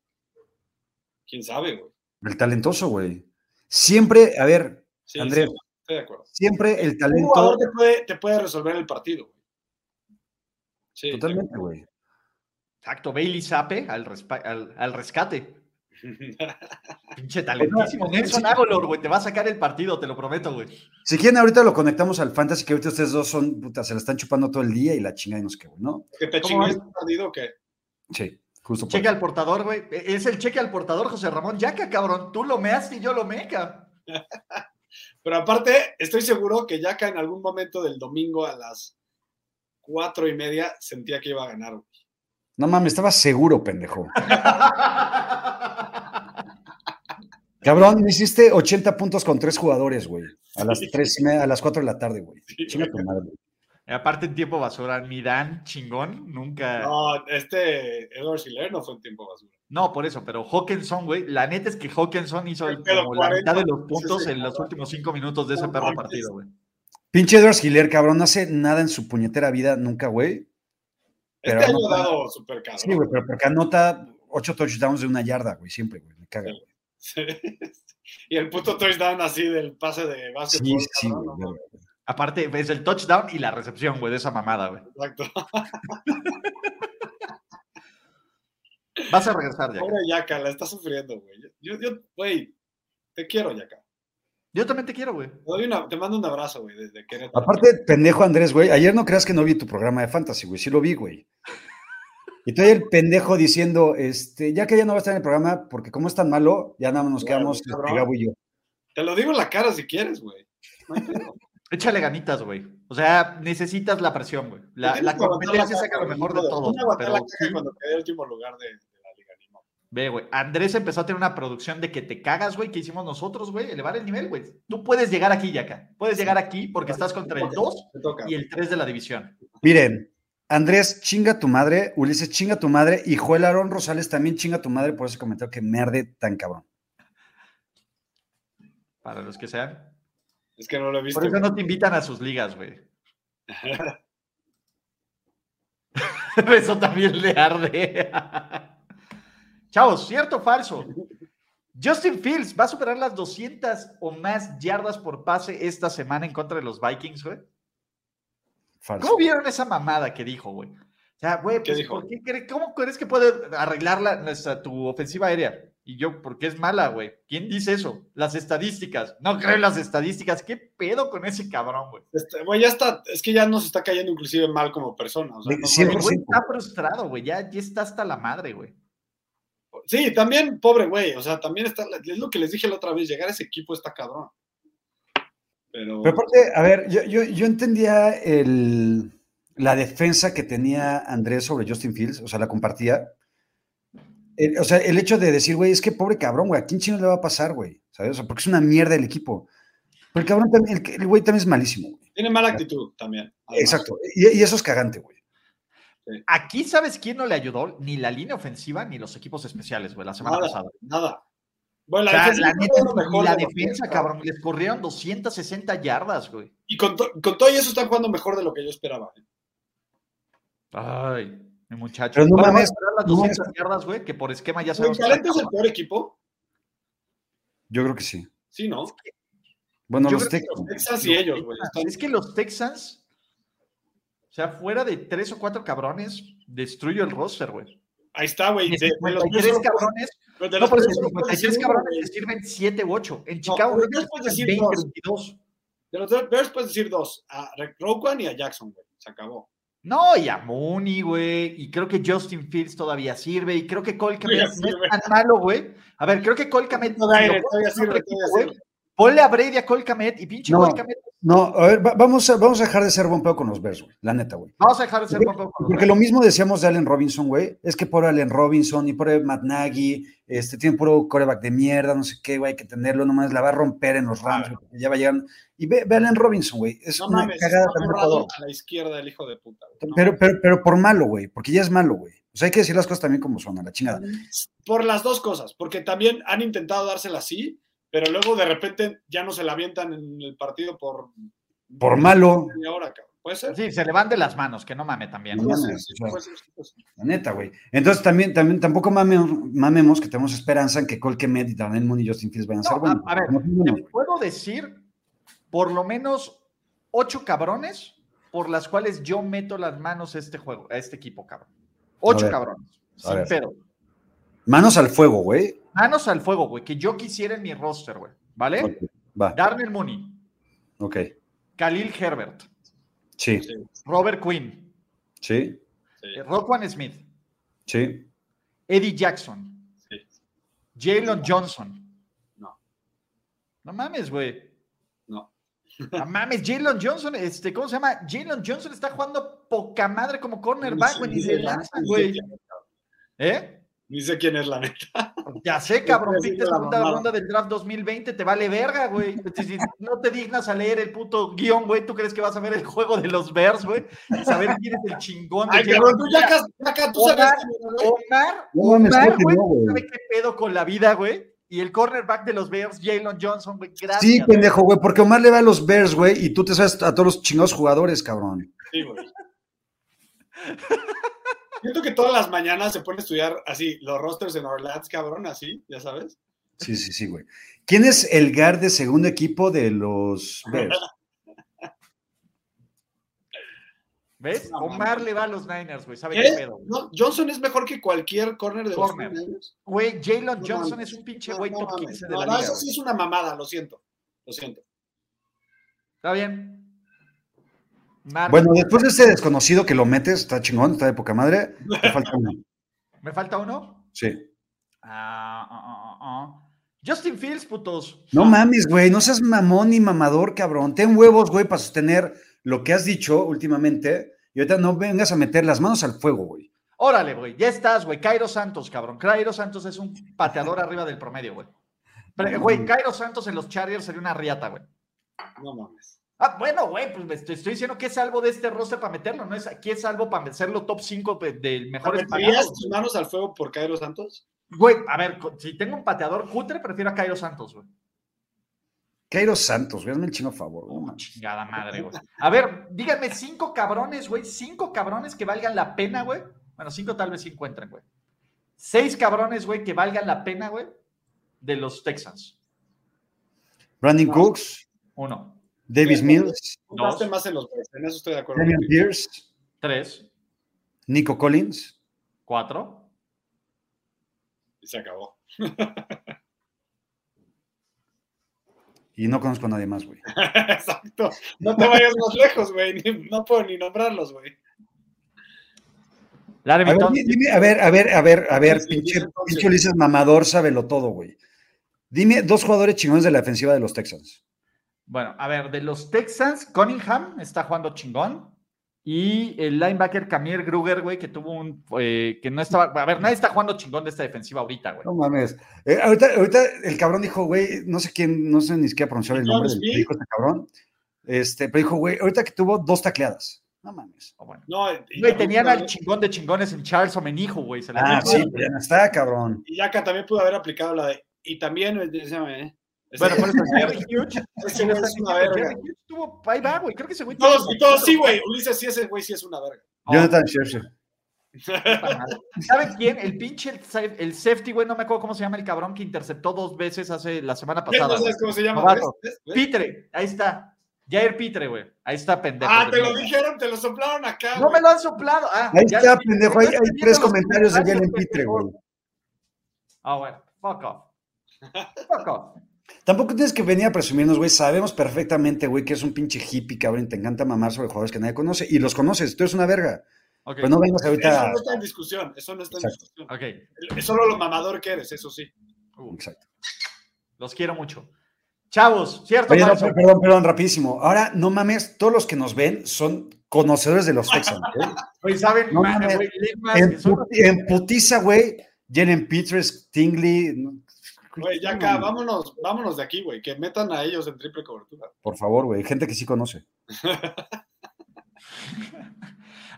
quién sabe, güey.
El talentoso, güey. Siempre, a ver,
Sí,
Andrés.
sí, estoy de acuerdo.
siempre el
Un
talento.
jugador te puede, te puede resolver el partido, güey. Sí,
Totalmente, güey.
Exacto. Bailey Sape al, respa- al- al rescate.
te-
Pinche talentísimo. Nelson Agolor, güey. Te va a sacar el partido, te lo prometo, güey.
Si quieren, ahorita lo conectamos al fantasy, que ahorita ustedes dos son, puta, se la están chupando todo el día y la chingada y nos qué, güey, ¿no?
¿Que te
¿Cómo
chingues el partido o qué?
Sí, justo. por-
Cheque al portador, güey. E- Es el cheque al portador, José Ramón. Yaca, cabrón. Tú lo meas y yo lo meca.
Pero aparte, estoy seguro que Yaka en algún momento del domingo a las cuatro y media sentía que iba a ganar, güey.
No mames, estaba seguro, pendejo. Cabrón, me hiciste 80 puntos con tres jugadores, güey. A las tres y media- a las 4 de la tarde, güey.
Sí,
Chinga tu madre. güey.
Aparte, en tiempo basura, mi Dan, chingón,
Ah.
nunca. No,
No, este Edward Schiller no fue en tiempo basura.
por eso, pero Hawkinson, güey. La neta es que Hawkinson hizo
El pedo
como la
40,
mitad de los
sí,
puntos
sí,
en los
cabrón.
últimos cinco minutos de ese
No
perro
mames.
partido, güey.
Pinche Edwards Hiller, cabrón, no hace nada en su puñetera vida nunca, güey. Pero
este año
no-
ha dado super caro.
Sí, güey, pero porque anota ocho touchdowns de una yarda, güey, siempre, güey. Me caga, güey.
y el puto touchdown así del pase de
Sí,
básquetbol.
sí, sí,
cabrón,
güey.
no
verga.
Aparte, es el touchdown y la recepción, güey, de esa mamada, güey.
mames, Exacto.
Vas a regresar, Yaca.
Pobre Yaka, la está sufriendo, güey. Yo, yo, güey, te quiero, Yaka.
Yo también te quiero, güey.
Te, doy una- te mando un abrazo, güey, desde Querétaro.
Aparte, pendejo Andrés, güey, ayer no creas que no vi tu programa de fantasy, güey, sí lo vi, güey. Y todavía el pendejo diciendo, este, ya que ya no va a estar en el programa, porque como es tan malo, ya nada más nos
Claro,
quedamos este,
cabrón.
Gabo y yo.
Te lo digo en la cara si quieres, güey. No hay pedo.
Échale ganitas, güey. O sea, necesitas la presión, güey. La,
Tienes
la
que aguantar
competencia
la
saca lo
caca,
mejor de
güey.
todos.
Tienes que aguantar
Pero
la caca
sí,
cuando quedé último lugar de, de la liga. ni modo.
Ve, güey. Andrés empezó a tener una producción de que te cagas, güey, que hicimos nosotros, güey. Elevar el nivel, güey. Tú puedes llegar aquí, Yaka. Puedes llegar aquí porque estás contra el 2
Te toca.
y el 3 de la división.
Miren, Andrés, chinga tu madre, Ulises, chinga tu madre, y Joel Aarón Rosales también chinga tu madre por ese comentario que merde tan cabrón.
Para los que sean.
Es que no lo he visto.
Por eso no te invitan a sus ligas, güey. eso también le arde. Chavos, ¿cierto o falso? Justin Fields va a superar las 200 o más yardas por pase esta semana en contra de los Vikings, güey.
Falso.
¿Cómo vieron esa mamada que dijo, güey? O sea, güey,
¿Qué
pues,
dijo?
¿por qué cre- ¿cómo crees que puede arreglar la- nuestra, tu ofensiva aérea? Y yo, ¿por qué es mala, güey? ¿Quién dice eso? Las estadísticas. No creo en las estadísticas. ¿Qué pedo con ese cabrón, güey?
Este, güey, ya está. Es que ya nos está cayendo inclusive mal como persona. o sea, no-
Sí,
El güey
100%.
está frustrado, güey. Ya, ya está hasta la madre, güey.
Sí, también, pobre güey. O sea, también está. Es lo que les dije la otra vez. Llegar a ese equipo está cabrón. Pero.
Pero aparte, a ver, yo, yo, yo entendía el- la defensa que tenía Andrés sobre Justin Fields, o sea, la compartía. El- o sea, el hecho de decir, güey, es que pobre cabrón, güey, ¿a quién chino le va a pasar, güey? ¿Sabes? O sea, porque es una mierda el equipo. Pero el cabrón también, el, el güey también es malísimo, güey.
Tiene mala actitud también. además.
Exacto. Y, y eso es cagante, güey.
Aquí, ¿sabes quién no le ayudó? Ni la línea ofensiva ni los equipos especiales, güey, la semana
Nada,
pasada.
nada. Bueno,
O sea,
defensa
la
fue
neta,
lo mejor
ni la
de los
defensa,
Bills,
cabrón. Les corrieron 260 yardas, güey.
Y con, to- con todo y eso están jugando mejor de lo que yo esperaba. ¿eh?
Ay, mi muchacho.
Pero no
Ahora van a
mames,
superar las
no
200 yardas, güey, que por esquema ya
¿El
sabemos. que
talento es
está
el peor equipo?
Yo creo que sí.
Sí, ¿no?
Bueno,
Yo
los
creo que los
Texans.
Texans y ellos, güey. están-
Es que los Texans, o sea, fuera de tres o cuatro cabrones, destruyo el roster, güey.
Ahí está, güey.
De,
De, de los
tres cabrones,
pero de
no,
los
pero
tres
de
solo
53
puedes decir uno,
cabrones
güey.
te sirven 7 u 8. En Chicago, creo
pero
que
ya puedes
sacan
decir dos.
22.
De los tres Bears puedes decir dos. A Re- Roquan y a Jackson, güey. Se acabó.
No, y a Mooney, güey. Y creo que Justin Fields todavía sirve. Y creo que Cole Kmet
Todavía
no es
sirve.
tan malo, güey. A ver, creo que Cole Kmet.
Todavía
si lo
sirve,
pones en otro
todavía
equipo,
sirve.
güey, Ponle a Brady a Cole Kmet y pinche
No.
Cole Kmet.
No, a ver, va- vamos, a, vamos a dejar de ser buen pedo con los Bears, güey. La neta, güey.
Vamos a dejar de ser un poco.
Porque lo mismo decíamos de Allen Robinson, güey. Es que por Allen Robinson y por Matt Nagy, este, tiene puro coreback de mierda, no sé qué, güey, hay que tenerlo, nomás la va a romper en los Rams, güey, porque ya va a llegar. Y ve, ve a Allen Robinson, güey. Es
No
una
mames.
cagada
está
de
borrado
jugador.
a la izquierda el hijo de puta, güey. No
Pero, pero, pero por malo, güey, porque ya es malo, güey. O sea, hay que decir las cosas también como son, a la chingada.
Por las dos cosas, porque también han intentado dársela así, pero luego de repente ya no se la avientan en el partido por.
Por malo,
Y ahora, cabrón. Puede ser.
Sí, se le van de las manos, que no mame también.
No
Puede
mames,
ser, sí,
o sea.
puede ser, sí, puede ser.
la neta, güey. Entonces también, también tampoco mamemos, mamemos que tenemos esperanza en que Cole Kemet y Daniel Mooney y Justin Fields vayan a
No,
ser buenos.
a- a ver,
No son buenos,
Te puedo decir por lo menos ocho cabrones por las cuales yo meto las manos a este juego, a este equipo, cabrón. Ocho
ver.
cabrones.
A
Sin
ver.
pedo.
Manos al fuego, güey.
Manos al fuego, güey, que yo quisiera en mi roster, güey. ¿Vale?
Ok, Va,
Darnell Mooney,
ok.
Khalil Herbert,
Sí,
Sí,
Robert Quinn,
sí,
sí,
eh, Roquan Smith,
sí.
Eddie Jackson,
sí.
Jalen Johnson.
No.
No mames, güey.
No.
No mames, Jalen Johnson, este, ¿cómo se llama? Jalen Johnson está jugando poca madre como cornerback, güey, ni
Ni
se
sé
lanza,
quién
güey.
es,
¿Eh?
Ni sé quién es la neta.
Ya sé, cabrón,
Estoy
pick de
haciendo la
segunda
mamada.
ronda del draft 2020, te vale verga, güey. Si- si No te dignas a leer el puto guión, güey. ¿Tú crees que vas a ver el juego de los Bears, güey? Y saber quién es el chingón de
Ay,
Jalen
cabrón, tú ya acá, tú
Omar,
sabes.
Omar,
No mames,
Omar,
creo que
güey,
no, güey.
sabe qué pedo con la vida, güey. Y el cornerback de los Bears, Jalen Johnson, güey. Gracias.
Sí, pendejo, güey, porque Omar le va a los Bears, güey, y tú te sabes a todos los chingados jugadores, cabrón.
Sí, güey. Siento que todas las mañanas se pone a estudiar así los rosters en our lads, cabrón, así, ya sabes.
Sí, sí, sí, güey. ¿Quién es el guard de segundo equipo de los Bears?
¿Ves?
No,
Omar
mames.
le va a los Niners, güey. ¿Sabe
¿Qué?
qué pedo? güey?
No, Johnson es mejor que cualquier corner de ¿eh? los
Corner.
49ers.
Güey, Jalen
No
Johnson
mames.
es un pinche
No,
güey
no
top
mames.
15 de
No,
la
no,
liga.
eso
güey.
sí es una mamada, lo siento. Lo siento.
Está bien. Mar,
Bueno, después de este desconocido que lo metes, está chingón, está de poca madre, te falta uno.
¿me falta uno?
Sí.
Ah, ah, ah, ah, ah. Justin Fields, putos. Ah,
No mames, güey, no seas mamón ni mamador, cabrón. Ten huevos, güey, para sostener lo que has dicho últimamente. Y ahorita no vengas a meter las manos al fuego, güey.
Órale, güey. Ya estás, güey. Cairo Santos, cabrón. Cairo Santos es un pateador arriba del promedio, güey. Pero, güey, Cairo Santos en los Chargers sería una riata, güey.
No mames.
Ah, bueno, güey, pues me estoy, estoy diciendo que es salvo de este roster para meterlo, ¿no? Es, aquí es salvo para meterlo top 5 del mejor
¿Meterías tus manos al fuego por Cairo Santos?
Güey, a ver, co- si tengo un pateador cutre, prefiero a Cairo Santos, güey.
Cairo Santos, güey, hazme el chingo favor. no mames.
Chingada madre, güey. A ver, díganme cinco cabrones, güey, cinco cabrones que valgan la pena, güey. Bueno, cinco tal vez se encuentren, güey. Seis cabrones, güey, que valgan la pena, güey, de los Texans.
Brandon Cooks,
Uno,
Davis
Dos.
Mills,
Juntaste más en los Bears, en eso estoy de acuerdo.
Damian
contigo.
Pierce,
tres,
Nico Collins.
cuatro,
Y se acabó.
Y no conozco a nadie más, güey.
Exacto. No te vayas más lejos, güey. ni- No puedo ni nombrarlos, güey.
A ver, di- dime, a ver, a ver, a ver, a ver,
Sí, sí,
pinche,
entonces.
pinche Ulises mamador, sábelo todo, güey. Dime dos jugadores chingones de la defensiva de los Texans.
Bueno, a ver, de los Texans, Cunningham está jugando chingón. Y el linebacker Camille Gruger, güey, que tuvo un. eh, que no estaba. A ver, nadie está jugando chingón de esta defensiva ahorita, güey.
No mames. Eh, ahorita, ahorita el cabrón dijo, güey, no sé quién, no sé ni siquiera pronunciar el
John
nombre del
Smith.
que dijo este cabrón. Este, pero dijo, güey, ahorita que tuvo dos tacleadas. No mames.
O Oh, bueno.
No, y-
Güey, tenían al chingón de chingones en Charles Omenijo, güey. Se la
Ah, sí, pero ya no está, cabrón.
Y Yaka también pudo haber aplicado la de. Y también, eh, déjame, eh.
Bueno, por eso Jerry
Ese-
Hughes.
ese güey es una
Jerry
verga.
Hughes tuvo. Ahí va, güey. Creo que ese güey.
Todos, y todos sí, güey. Ulises sí, ese güey sí es una verga.
Ah,
Jonathan Scherzer.
¿Sabe quién? El pinche, el, sa- el safety, güey, no me acuerdo cómo se llama el cabrón que interceptó dos veces hace la semana
Ya
pasada.
no sabes cómo se llama.
Novato.
¿ves? ¿Ves?
Pitre, ahí está. Jair Pitre, güey. Ahí está, pendejo.
Ah,
de
te lo
mierda.
dijeron, te lo soplaron acá.
No
güey.
me lo han soplado. Ah,
Ahí
ya
está,
estoy-
pendejo. Hay,
ya
hay
estoy viendo
tres
los
comentarios de Jalen
comentarios,
Pitre,
pendejo.
güey.
Ah, bueno. Fuck off. Fuck off.
Tampoco tienes que venir a presumirnos, güey. Sabemos perfectamente, güey, que es un pinche hippie, cabrón, y te encanta mamar sobre jugadores que nadie conoce. Y los conoces, tú eres una verga.
Ok,
Pero Pues no vengas
Eso
ahorita.
no está en discusión, eso no está en
Exacto.
discusión.
ok.
Es solo lo mamador que eres, eso sí.
Uh,
Exacto.
los quiero mucho. Chavos, ¿cierto?
Oye, no,
falso?
pero- perdón, perdón, rapidísimo. Ahora, no mames, todos los que nos ven son conocedores de los Texans, güey.
Oye, ¿saben?
No
Ma-
mames.
güey, Ligmas, que
En,
Ah, son-
pu- en putiza, güey. Jalen Peters, Tingley. no-
Güey, ya acá, vámonos, vámonos de aquí, güey, que metan a ellos en triple cobertura.
Por favor, güey. Gente que sí conoce.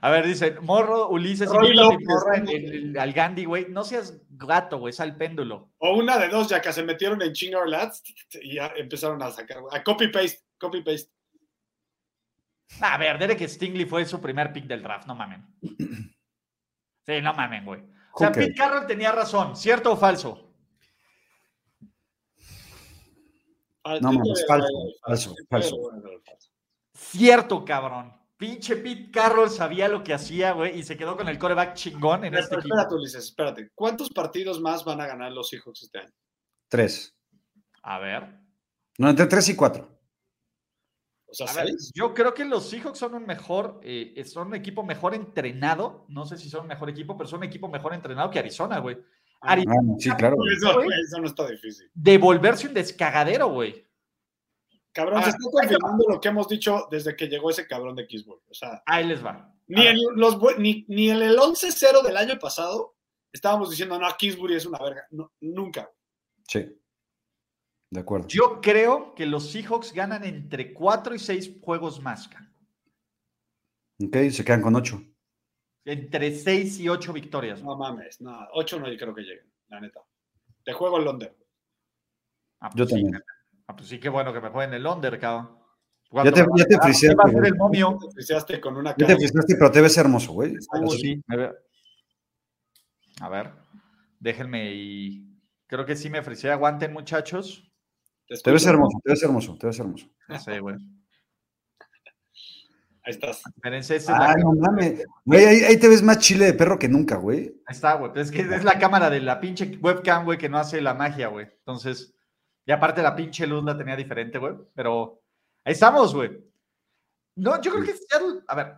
A ver, dice, morro, Ulises,
Roy
invita a mi
López,
morra en
¿no?
el- al Gandhi, güey. No seas gato, güey, sal péndulo.
O una de dos, ya que se metieron en chingar lads y ya empezaron a sacar, güey. A copy paste, copy paste.
A ver, Derek Stingley fue su primer pick del draft, no mamen. Sí, no mamen, güey. O sea,
Ok.
Pete Carroll tenía razón, ¿cierto o falso?
No mames, falso, falso, falso.
Cierto, cabrón. Pinche Pete Carroll sabía lo que hacía, güey, y se quedó con el coreback chingón en
Pero,
este
pero
equipo.
espérate, Ulises, espérate. ¿Cuántos partidos más van a ganar los Seahawks este año?
Tres.
A ver.
No, entre tres y cuatro.
O sea,
A ver,
¿seis?
yo creo que los Seahawks son un mejor, eh, son un equipo mejor entrenado. No sé si son un mejor equipo, pero son un equipo mejor entrenado que Arizona, güey. Ari-
Ah, no, sí, claro. güey.
Eso,
güey.
güey, eso no está difícil.
Devolverse un descagadero, güey.
Cabrón,
Ah,
se está confirmando lo que hemos dicho desde que llegó ese cabrón de Xbox. O sea,
Ahí les va.
Ni, en los, bu- ni, ni en el 11-0 del año pasado estábamos diciendo, no, Kingsbury es una verga. No, nunca.
Sí. De acuerdo.
Yo creo que los Seahawks ganan entre 4 y 6 juegos más, cabrón.
Ok, se quedan con ocho.
entre 6 y 8 victorias. güey.
No mames, no. 8 no yo creo que lleguen, la neta. Te juego el Londres.
Ah, pues
Yo
sí,
también.
cabrón. Ah, pues sí, qué bueno que me jueguen el under, cabrón. Ah,
Ya te, ya te friseaste,
va a ser
güey.
el momio?
Te friseaste con una
Ya
cara.
te friseaste, pero te ves hermoso, güey.
Uh,
Así.
sí, me veo. A ver, déjenme y. Creo que sí me frisé. Aguanten, muchachos.
Te escucho.
Te ves hermoso, te ves hermoso, te ves hermoso.
No sé, güey.
Ahí estás.
Espérense, esta es la
Ah,
cámara.
no mames. Güey, ahí, ahí te ves más chile de perro que nunca, güey.
Ahí está, güey. Es que es la cámara de la pinche webcam, güey, que no hace la magia, güey. Entonces, y aparte la pinche luz la tenía diferente, güey. Pero ahí estamos, güey. No, yo creo que Seattle. A ver.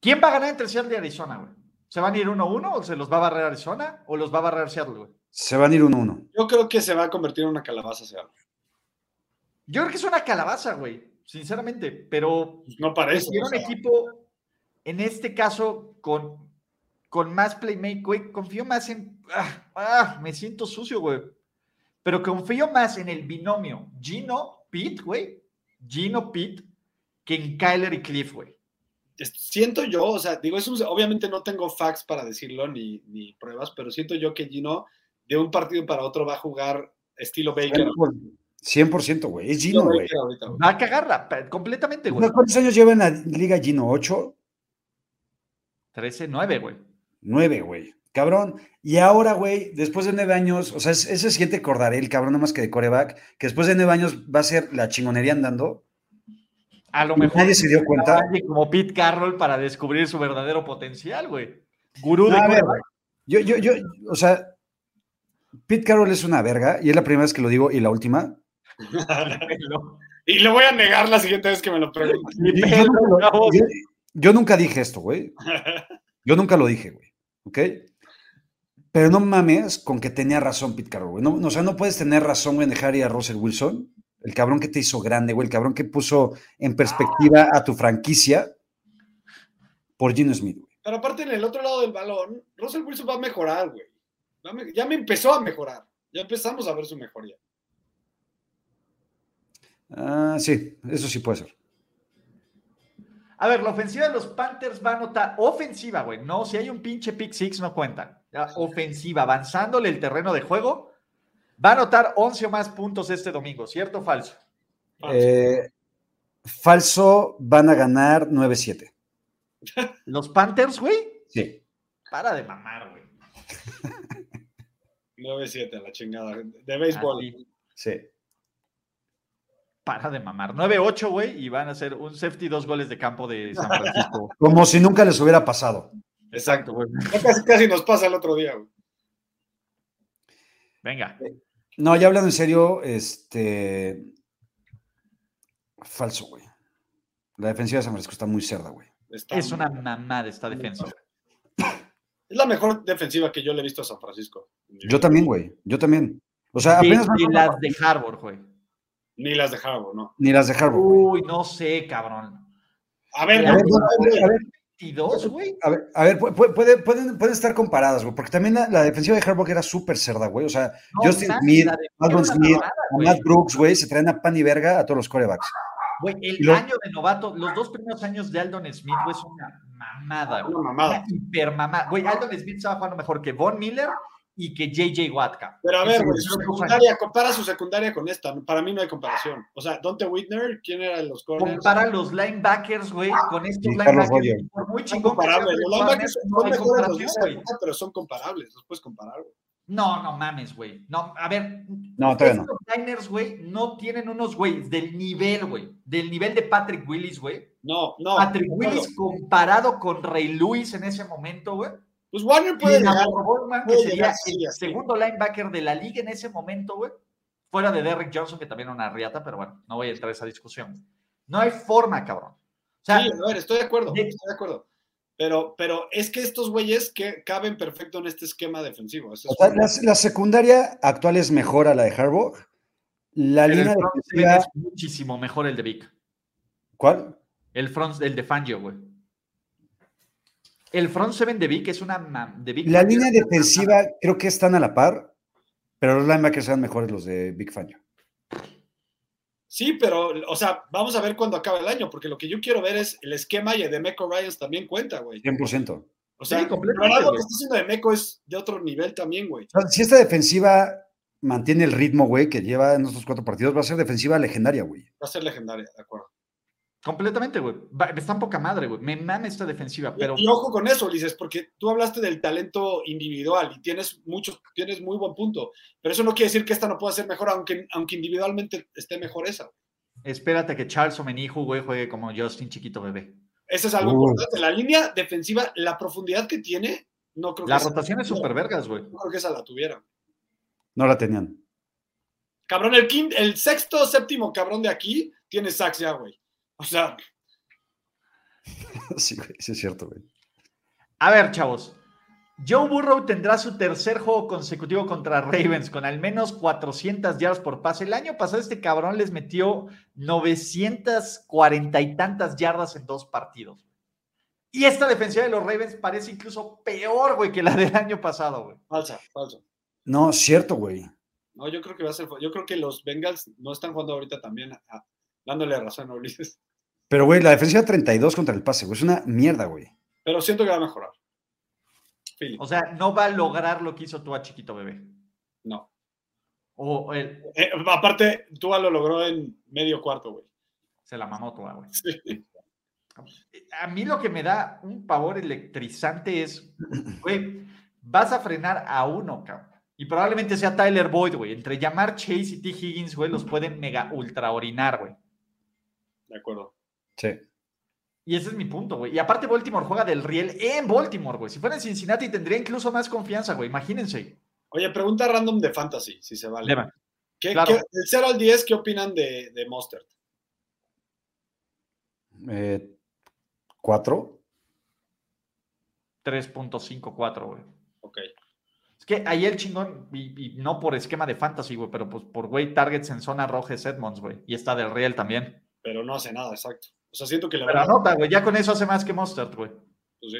¿Quién va a ganar entre Seattle y Arizona, güey? ¿Se van a ir 1-1 o se los va a barrer Arizona o los va a barrer Seattle, güey?
Se van a ir uno a uno.
Yo creo que se va a convertir en una calabaza, sea.
Yo creo que es una calabaza, güey. Sinceramente, pero
Pues No parece.
Tiene
o
un
sea,
equipo, en este caso, con, con más playmaker, güey. Confío más en. ah, ah, me siento sucio, güey. Pero confío más en el binomio Gino Pitt, güey. Gino Pitt, que en Kyler y Cliff, güey.
es- Siento yo, o sea, digo, es un- obviamente no tengo facts para decirlo ni, ni pruebas, pero siento yo que Gino de un partido para otro va a jugar estilo Baker.
100%, güey. Es
Estilo
Gino, güey.
Baker ahorita, güey.
Va a cagarla pa- completamente, güey.
¿Cuántos años lleva en la liga Gino? ¿Ocho?
13-9, güey.
Nueve, güey. Cabrón. Y ahora, güey, después de nueve años, o sea, es- ese siguiente Cordarel, cabrón, nomás que de coreback, que después de nueve años va a ser la chingonería andando.
A lo mejor.
Nadie se dio cuenta.
alguien Como Pete Carroll para descubrir su verdadero potencial, güey. Gurú de
No, a ver,
quarterback.
Yo, yo, yo, o sea, Pete Carroll es una verga, y es la primera vez que lo digo y la última.
Y le voy a negar la siguiente vez que me lo pregunten.
Ni
Yo- yo
pedo,
nunca lo-
chavos.
yo- yo nunca dije esto, güey. Yo nunca lo dije, güey. ¿Ok? Pero no mames con que tenía razón Pete Carroll, güey. No, no, o sea, no puedes tener razón, güey, en dejar ir a Russell Wilson. El cabrón que te hizo grande, güey. El cabrón que puso en perspectiva a tu franquicia por Gino Smith, güey.
Pero aparte, en el otro lado del balón, Russell Wilson va a mejorar, güey. Va a me- Ya me empezó a mejorar. Ya empezamos a ver su mejoría.
Ah, sí, eso sí puede ser.
A ver, la ofensiva de los Panthers va a anotar. Ofensiva, güey. No, si hay un pinche pick six, no cuenta. Ya, Ofensiva, avanzándole el terreno de juego. Va a anotar 11 o más puntos este domingo, ¿cierto o falso?
Eh, falso, van a ganar 9-7.
Los Panthers, güey.
Sí.
Para de mamar, güey.
9-7, a la chingada. De béisbol.
Así,
Sí.
Para de mamar. 9-8, güey, y van a hacer un safety dos goles de campo de San Francisco.
Como si nunca les hubiera pasado.
Exacto.
güey.
Ya Casi, casi nos pasa el otro día, güey.
Venga.
No, ya hablando en serio, este. Falso, güey. La defensiva de San Francisco está muy cerda, güey.
Está-
Es una mamada esta defensa.
es la mejor defensiva que yo le he visto a San Francisco.
Yo también, güey. Yo también. O sea,
Y,
apenas van
y
con-
las de Harvard, güey.
Ni las de Harbaugh, no.
ni las de Harvard, güey.
Uy, no sé, cabrón.
A ver,
A ver,
no,
a ver, a ver,
22, güey.
a ver, a ver, pu- pu- puede- pueden, pueden estar comparadas, güey, porque también la, la defensiva de Harbaugh era súper cerda, güey. O sea,
No
Justin
mames,
Smith,
la defensa
Malcolm
era una
Smith,
mamada,
a
güey.
Matt Brooks, güey, se traen a pan y verga a todos los corebacks.
Güey,
Y
el
lo-
año de novato, los dos primeros años de Aldon Smith, güey, es una mamada, güey.
una
Ah.
mamada.
Una hipermamada. Güey, Aldon Smith estaba jugando mejor que Von Miller y que JJ Watka.
Pero a ver, güey,
Sí,
su
sí, sí.
secundaria, compara su secundaria con esta. Para mí no hay comparación. O sea, Dante Whitner, ¿quién era en los corners?
Compara los linebackers, güey, con estos
Y Carlos
linebackers. Por muy
son
chingón que sea,
comparables.
güey,
Los
Warner,
linebackers
no
son
hay
mejores los
comparación, güey.
linebackers, pero son comparables. Los puedes comparar, güey.
No, no mames, güey. No, a ver.
No, todavía no.
estos Niners, güey, no tienen unos güeyes del nivel, güey. Del nivel de Patrick Willis, güey.
No, no.
Patrick
no,
Willis comparado con Ray Lewis en ese momento, güey.
Pues Warner puede
Y
llegar.
Navarro Bowman, que
puede
sería
llegar,
el
sí, así.
segundo linebacker de la liga en ese momento, güey. Fuera de Derrick Johnson, que también era una riata, pero bueno, no voy a entrar a esa discusión. No hay forma, cabrón. O sea,
Sí, a ver, estoy de acuerdo,
de-
estoy de acuerdo. Pero, pero es que estos güeyes que caben perfecto en este esquema defensivo. Eso
O
es-
sea, la, la secundaria actual es mejor a la de Harbaugh. La
el
línea
front seven
defensiva.
es muchísimo mejor el de Vic.
¿Cuál?
El front, el de Fangio, güey. El front seven de Vic es una... ma- De Vic
La
no
línea
tiene-
defensiva creo que están a la par, pero los linebackers eran mejores los de Big Fangio.
Sí, pero, o sea, vamos a ver cuándo acaba el año, porque lo que yo quiero ver es el esquema y el de Meco Ryans también cuenta, güey.
100%. O
O sea,
Sí, completamente,
Colorado lo
güey.
que está haciendo de Meco es de otro nivel también, güey.
sea, si esta defensiva mantiene el ritmo, güey, que lleva en estos cuatro partidos, va a ser defensiva legendaria, güey.
Va a ser legendaria, de acuerdo.
Completamente, güey. Va- Están poca madre, güey. Me mame esta defensiva, pero...
Y ojo con eso, Ulises, porque tú hablaste del talento individual y tienes mucho, tienes muy buen punto, pero eso no quiere decir que esta no pueda ser mejor, aunque, aunque individualmente esté mejor esa.
Espérate a que Charles Omenihu, güey, juegue como Justin Chiquito Bebé.
Eso es algo
Uh.
importante. La línea defensiva, la profundidad que tiene, no creo que,
La
esa-
rotación es súper vergas, güey.
no creo que esa la tuviera.
No la tenían.
Cabrón, el, quin- el sexto, séptimo cabrón de aquí tiene sacks ya, güey. O sea,
Sí, güey, sí es cierto, güey.
A ver, chavos. Joe Burrow tendrá su tercer juego consecutivo contra Ravens con al menos 400 yardas por pase. El año pasado este cabrón les metió 940 y tantas yardas en dos partidos. Y esta defensiva de los Ravens parece incluso peor, güey, que la del año pasado, güey.
falsa, falsa.
No, es cierto, güey.
No, yo creo que va a ser. Yo creo que los Bengals no están jugando ahorita también, a- a- dándole razón a Ulises.
Pero, güey, la defensiva 32 contra el pase, güey. Es una mierda, güey.
Pero siento que va a mejorar. Philly,
O sea, no va a lograr lo que hizo tú a Chiquito Bebé.
no.
O él
Eh, aparte, Tua lo logró en medio cuarto, güey.
se la mamó toda, güey.
Sí.
a mí lo que me da un pavor electrizante es, güey, vas a frenar a uno, cabrón. Y probablemente sea Tyler Boyd, güey. Entre llamar Chase y T. Higgins, güey, los pueden mega ultra orinar, güey.
De acuerdo.
Sí.
Y ese es mi punto, güey. Y aparte, Baltimore juega del riel en Baltimore, güey. Si fuera en Cincinnati, tendría incluso más confianza, güey. Imagínense.
Oye, pregunta random de fantasy, si se vale.
Leva.
¿Qué,
claro.
qué- del 0 al 10, ¿qué opinan de, de Mostert?
Eh, ¿Cuatro?
3.54, güey.
Ok.
Es que ahí el chingón, y, y no por esquema de fantasy, güey, pero pues por, güey, targets en zona roja es Edmonds, güey. Y está del riel también.
Pero no hace nada, exacto. O sea, siento que la
Pero anota, güey. Ya con eso hace más que Mustard, güey.
pues sí.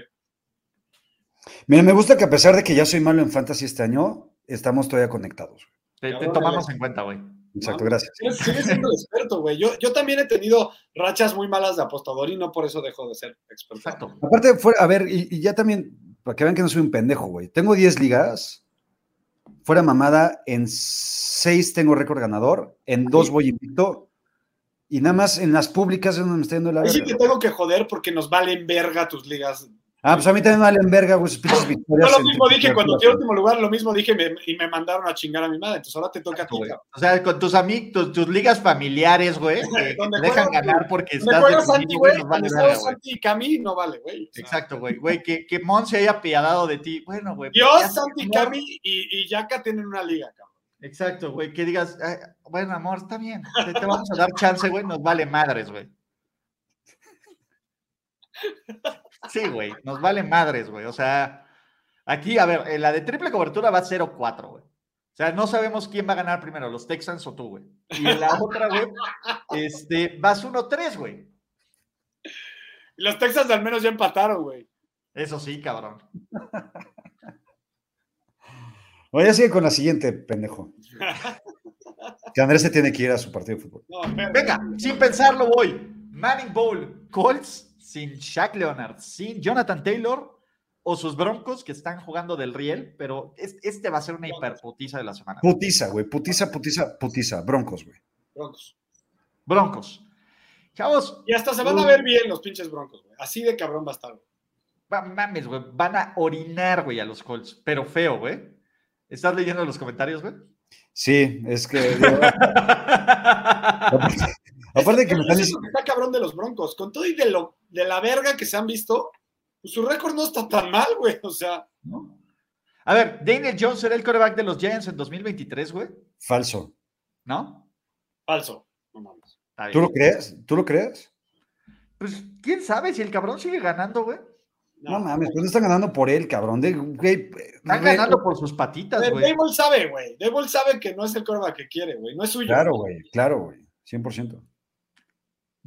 Mira, me gusta que a pesar de que ya soy malo en fantasy este año, estamos todavía conectados. güey.
Te, te
Cabrón,
tomamos en cuenta, güey.
Exacto, gracias.
Sigues- sigues siendo experto, güey. Yo, yo también he tenido rachas muy malas de apostador y no por eso dejo de ser experto.
Exacto.
Aparte, fuera, a ver, y, y ya también, para que vean que no soy un pendejo, güey. Tengo 10 ligas, fuera mamada, en 6 tengo récord ganador, en 2 voy invicto, y nada más en las públicas es donde me está yendo la
Ahí sí
verga.
te tengo que joder porque nos valen verga tus ligas
Ah, pues a mí también me valen verga, güey, sus pinches victorias.
Yo lo
en
mismo
Twitter,
dije cuando
güey.
fui a último lugar, lo mismo dije me- y me mandaron a chingar a mi madre. Entonces ahora te toca a ti,
güey.
cabrón.
O sea, con tus amigos, tus, tus ligas familiares, güey, que
Donde
te dejan
juegas,
ganar porque
Me
estás
acuerdo
de
Santi,
puñito,
güey.
nos
Cuando
vale
estaba
verga, güey.
Santi y Cami, no vale, güey. O sea,
Exacto, güey. Güey, que, que Mon se haya apiadado de ti. Bueno, güey. pues ya
Dios,
se
Santi,
acabó.
Cami y, y Yaka tienen una liga, cabrón.
Exacto, güey. Que digas, "Ay, bueno, amor, está bien. Te, te vamos a dar chance, güey. Nos vale madres, güey. Sí, güey. Nos vale madres, güey. O sea, aquí, a ver, eh, la de triple cobertura va 0-4, güey. O sea, no sabemos quién va a ganar primero, los Texans o tú, güey. Y en la otra, güey, este, vas 1-3, güey.
Y los Texas al menos ya empataron, güey.
Eso sí, cabrón.
Bueno, ya sigue con la siguiente, pendejo. Que Andrés se tiene que ir a su partido de fútbol.
No, pero-
Venga, sin pensarlo voy. Manning Bowl, Colts sin Shaq Leonard, sin Jonathan Taylor o sus Broncos que están jugando del riel, pero es- este va a ser una hiperputiza de la semana.
Putiza, güey. Putiza, putiza, putiza. Broncos, güey.
Broncos.
Broncos. Chavos,
Y hasta se van a ver bien los pinches broncos, güey. Así de cabrón va a estar, güey.
va- mames, güey, van a orinar, güey, a los Colts, pero feo, güey. ¿Estás leyendo los comentarios, güey?
Sí, es que. digo, aparte, aparte que me están
Eso es
diciendo.
lo que está cabrón de los broncos. Con todo y de, lo, de la verga que se han visto, pues su récord no está tan mal, güey. O sea,
A ver, Daniel Jones será el coreback de los Giants en 2023, güey,
Falso.
¿no?
falso. No mames.
Está bien.
¿Tú lo crees? ¿Tú lo crees?
Pues, ¿quién sabe si el cabrón sigue ganando, güey?
No mames, pues no están ganando por él, cabrón. De, güey,
Están
re-
ganando por sus patitas,
Pero
güey.
Dable sabe, güey. Dable sabe que no es el corva que quiere, güey. No es suyo.
Claro, güey, claro, güey. 100%.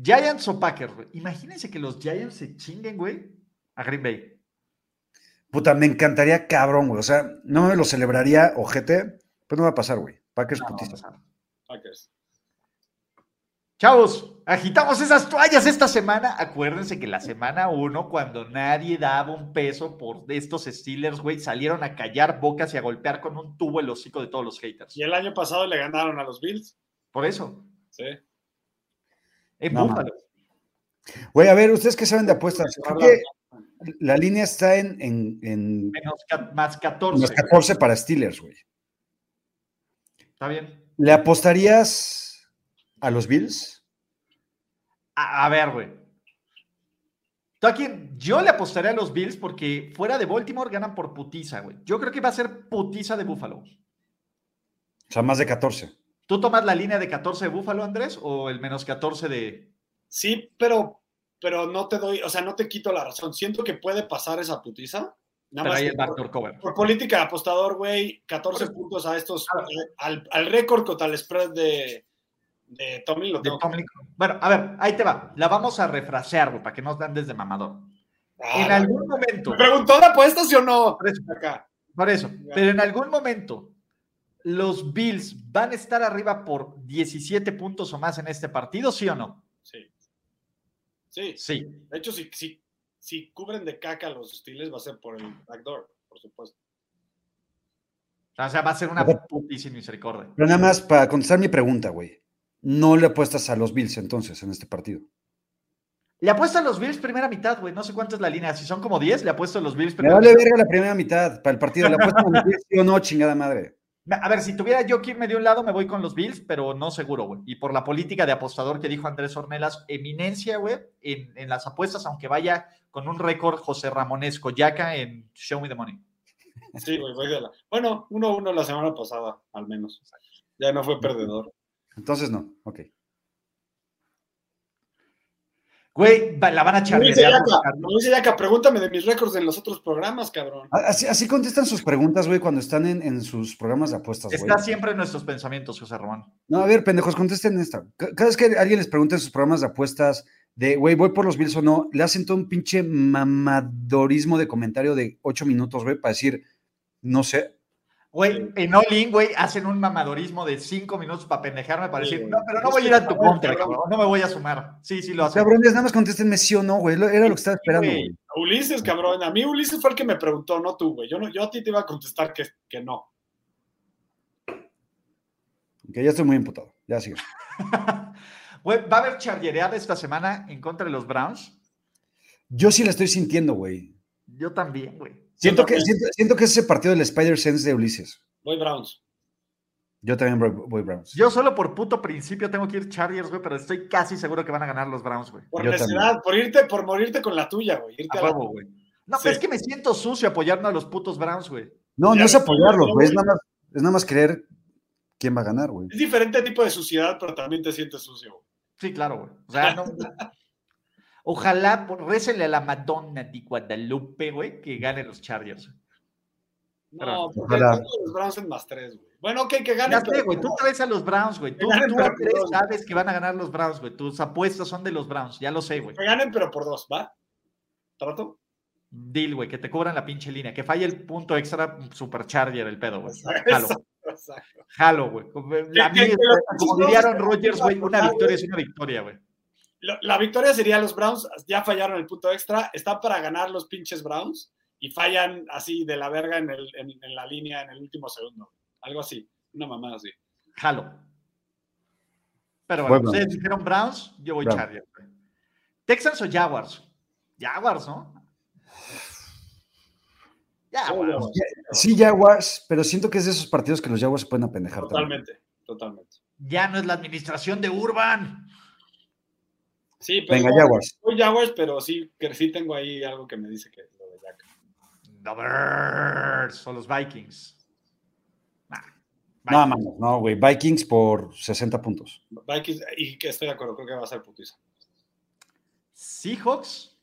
Giants o Packers, güey. Imagínense que los Giants se chinguen, güey, a Green Bay.
Puta, me encantaría, cabrón, güey. O sea, no me lo celebraría, ojete, pero no va a pasar, güey. Packers
No, no va a
putiza.
pasar.
Packers.
Chavos, agitamos esas toallas esta semana. Acuérdense que la semana 1, cuando nadie daba un peso por estos Steelers, güey, salieron a callar bocas y a golpear con un tubo el hocico de todos los haters.
Y el año pasado le ganaron a los Bills.
Por eso,
Sí.
en
No,
Búfalo.
Güey, a ver, ¿ustedes qué saben de apuestas? Creo que la línea está en, en, en
menos ca- más 14.
unos
güey.
14 para Steelers, güey.
Está bien.
¿Le apostarías a los Bills?
A, a ver, güey. ¿Tú a quién? Yo le apostaré a los Bills porque fuera de Baltimore ganan por putiza, güey. Yo creo que va a ser putiza de Búfalo.
O sea, más de 14.
¿Tú tomas la línea de 14 de Búfalo, Andrés, o el menos 14 de...
Sí, pero, pero no te doy, o sea, no te quito la razón. Siento que puede pasar esa putiza.
Pero
Nada más
ahí
que
el
por,
backdoor cover.
por política de apostador, güey, 14 puntos a estos, al, al récord contra el spread de, de Tommy. Lo
de
tengo.
Tomlinson. Bueno, a ver, ahí te va. La vamos a refrasear, güey, para que nos dan desde mamador.
Ah,
En algún momento,
¿Me preguntó la apuesta, sí o no?
Por eso.
Acá.
por eso, pero en algún momento, los Bills van a estar arriba por 17 puntos o más en este partido, ¿sí o no?
Sí. Sí.
Sí.
De hecho, si, si, si cubren de caca los hostiles, va a ser por el backdoor, por supuesto.
O sea, va a ser una
Ojo.
putísima misericordia.
Pero nada más para contestar mi pregunta, güey. No le apuestas a los Bills entonces en este partido.
Le apuesto a los Bills primera mitad, güey. No sé cuánto es la línea. Si son como 10, le apuesto a los Bills
Me
primera
vale
mitad.
verga la primera mitad para el partido. ¿Le apuestas a los Bills sí o no, chingada madre?
A ver, si tuviera yo que irme de un lado, me voy con los Bills, pero no seguro, güey. Y por la política de apostador que dijo Andrés Ornelas, eminencia, güey, en, en las apuestas, aunque vaya con un récord José Ramonesco Yaca en Show Me the Money.
Sí, güey, voy de la- Bueno, 1-1 la semana pasada, al menos. Ya no fue perdedor.
Entonces no, ok.
Güey, va- la van a
Lo dice
charrear. por
Yaka,
Carlos.
lo dice Yaka, pregúntame de mis récords en los otros programas, cabrón.
Así, así contestan sus preguntas, güey, cuando están en, en sus programas de apuestas, güey.
Está siempre en nuestros pensamientos, José Ramón.
No, a ver, pendejos, contesten esta. Ca- Cada vez que alguien les pregunta en sus programas de apuestas de, güey, voy por los Bills o no, le hacen todo un pinche mamadorismo de comentario de ocho minutos, güey, para decir, no sé.
Güey, en All In, güey, hacen un mamadorismo de cinco minutos para pendejarme para
Sí,
decir,
güey.
no, pero no voy a ir a tu
Este
contra,
cabrón.
cabrón, no me voy a sumar. Sí, sí, lo hacen.
Cabrones, nada más contéstenme sí o no, güey. lo- Era lo que estaba esperando,
güey.
güey.
A Ulises, cabrón. A mí Ulises fue el que me preguntó, no tú, güey. Yo, no, yo a ti te iba a contestar que, que no.
Que ya estoy muy imputado. Ya sigue.
Güey, va a haber charrereada esta semana en contra de los Browns.
Yo sí la estoy sintiendo, güey.
Yo también, güey.
Siento que, siento, siento que es ese partido del Spider-Sense de Ulises.
Voy Browns.
Yo también voy, voy Browns.
Yo solo por puto principio tengo que ir Chargers, güey, pero estoy casi seguro que van a ganar los Browns, güey.
Por
Yo
necesidad, por irte, por morirte con la tuya, güey. Irte
A
a la-
huevo, güey. No,
Sí.
pero es que me siento sucio apoyando a los putos Browns, güey.
No,
Ya
no es
ves,
apoyarlo,
no,
güey. Es
güey.
nada, más, es nada más creer quién va a ganar, güey.
Es diferente tipo de suciedad, pero también te sientes sucio. güey.
Sí, claro, güey. O sea, no. Ojalá, por- récenle a la Madonna de Guadalupe, güey, que gane los Chargers.
No, porque
Ojalá.
tengo los Browns en más tres, güey. Bueno, ok, que ganen.
Ya sé, güey, tú traes a los Browns, güey. Tú,
ganen,
tú
pero
crees,
perdón.
sabes que van a ganar los Browns, güey. Tus apuestas son de los Browns, ya lo sé, güey.
Que ganen, pero por dos, ¿va? ¿Trato?
Deal, güey, que te cobran la pinche línea, que falle el punto extra supercharger el pedo, güey.
Exacto,
Jalo,
exacto.
jalo, güey. A mí,
que- que los
como
chinos
diría Aaron
se-
Rodgers, güey, una victoria es una victoria, güey.
Lo- La victoria sería los Browns, ya fallaron el punto extra, está para ganar los pinches Browns y fallan así de la verga en, el- en- en la línea en el último segundo. Algo así, una mamada así.
Jalo. Pero bueno,
Voy
ustedes dijeron Browns, yo voy
Browns.
Chargers. güey. Texans o Jaguars? Jaguars, ¿no? Jaguars.
Sí, Jaguars, pero siento que es de esos partidos que los Jaguars se pueden apendejar. también.
Totalmente, totalmente.
Ya no es la administración de Urban.
Sí, pero
Venga, Jaguars.
soy Jaguars, pero sí, que sí tengo ahí algo que me dice que lo de Jack.
The Bears o los Vikings. Nah,
No,
Vikings.
mano, no, güey. Vikings por 60 puntos.
Vikings, y que estoy de acuerdo, creo que va a ser putiza.
¿Seahawks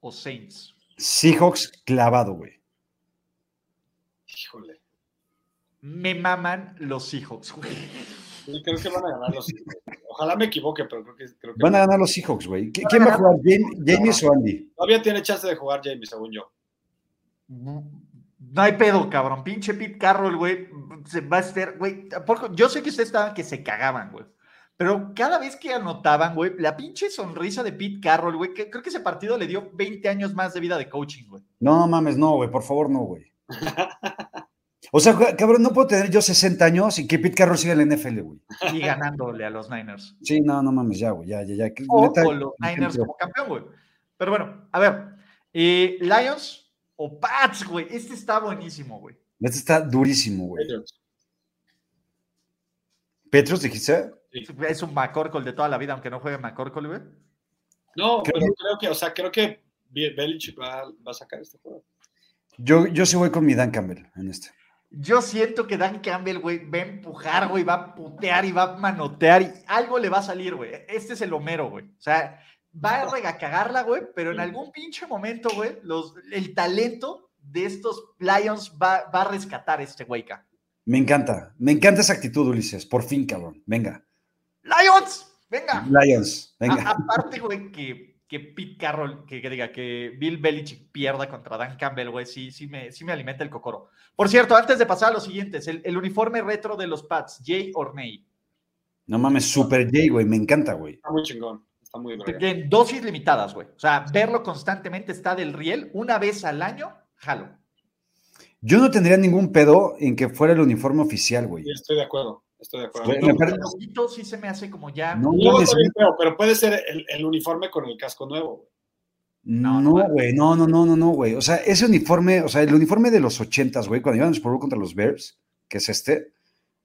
o Saints?
Seahawks clavado, güey.
Híjole.
Me maman los Seahawks, güey.
Yo creo que van a ganar los Ojalá me equivoque, pero creo que, creo que
Van a ganar los Seahawks, güey. ¿Qui- ¿Quién va a jugar? ¿Jam- ¿James o Andy?
todavía tiene chance de jugar Jamie, según yo.
No hay pedo, cabrón. Pinche Pete Carroll, güey. Se va a estar, güey. tampoco- Yo sé que ustedes estaban que se cagaban, güey. Pero cada vez que anotaban, güey, la pinche sonrisa de Pete Carroll, güey, que creo que ese partido le dio 20 años más de vida de coaching, güey.
No mames, no, güey. Por favor, no, güey. O sea, ca- cabrón, no puedo tener yo 60 años y que Pete Carroll siga en la NFL, güey.
Y ganándole a los Niners.
Sí, no, no mames, ya, güey. Ya, ya, ya. que-
O
neta,
con los Niners
ejemplo.
como campeón, güey. Pero bueno, a ver. eh, Lions o Pats, güey. Este está buenísimo, güey.
Este está durísimo, güey.
Patriots.
¿Petros dijiste?
Es un McCorkle de toda la vida, aunque no juegue McCorkle, güey.
No,
Creo-
pero creo que, o sea, creo que Be- Belichick va, va a sacar este juego.
Yo, yo sí voy con mi Dan Campbell en este.
Yo siento que Dan Campbell, güey, va a empujar, güey, va a putear y va a manotear y algo le va a salir, güey. Este es el Homero, güey. O sea, va a regacagarla, güey, pero en algún pinche momento, güey, los- el talento de estos Lions va, va a rescatar este güey, ca.
Me encanta. Me encanta esa actitud, Ulises. Por fin, cabrón. Venga.
¡Lions! ¡Venga!
Lions,
A-
venga.
aparte, güey, que, que Pete Carroll, que, que diga que Bill Belichick pierda contra Dan Campbell, güey, sí, sí me, sí me alimenta el cocoro. Por cierto, antes de pasar a los siguientes, el, el uniforme retro de los Pats, Jay Orney.
No mames, Super J, güey. Me encanta, güey.
Está muy chingón. Está muy verga.
En dosis limitadas, güey. O sea, verlo constantemente está del riel. Una vez al año, jalo.
Yo no tendría ningún pedo en que fuera el uniforme oficial, güey.
Sí, estoy de acuerdo. Estoy de acuerdo.
Güey,
No,
me parece-
Los ojitos sí se me hace como ya.
No,
luego
mames,
está bien feo, pero puede ser el, el uniforme con el casco nuevo. güey.
No,
No,
no,
güey, no, no, no, no, no, güey. O sea, ese uniforme, o sea, el uniforme de los ochentas, güey, cuando iban a Super Bowl contra los Bears, que es este,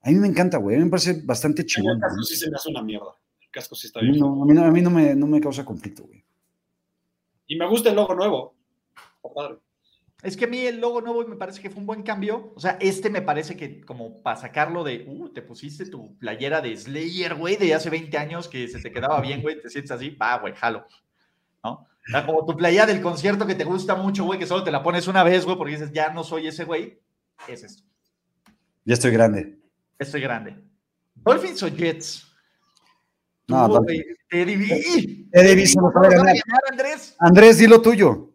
a mí me encanta, güey. A mí me parece bastante
El
chingón.
casco
güey.
sí se me hace una mierda. El casco sí está
A mí
bien.
no, a mí no- a mí no me, no me causa conflicto, güey.
Y me gusta el logo nuevo. Está padre.
Es que a mí el logo nuevo me parece que fue un buen cambio. O sea, este me parece que como para sacarlo de, uh, te pusiste tu playera de Slayer, güey, de hace 20 años que se te quedaba bien, güey, te sientes así, va, güey, jalo. ¿No? O sea, como tu playera del concierto que te gusta mucho, güey, que solo te la pones una vez, güey, porque dices, ya no soy ese güey. Es esto.
Ya estoy grande.
Estoy grande. Dolphins o Jets.
No,
Tú,
Dolphins.
güey, Te dividí.
Te dividí, Eh, se nos va a
¿Nos van
ganar.
Andrés.
Andrés, di lo tuyo.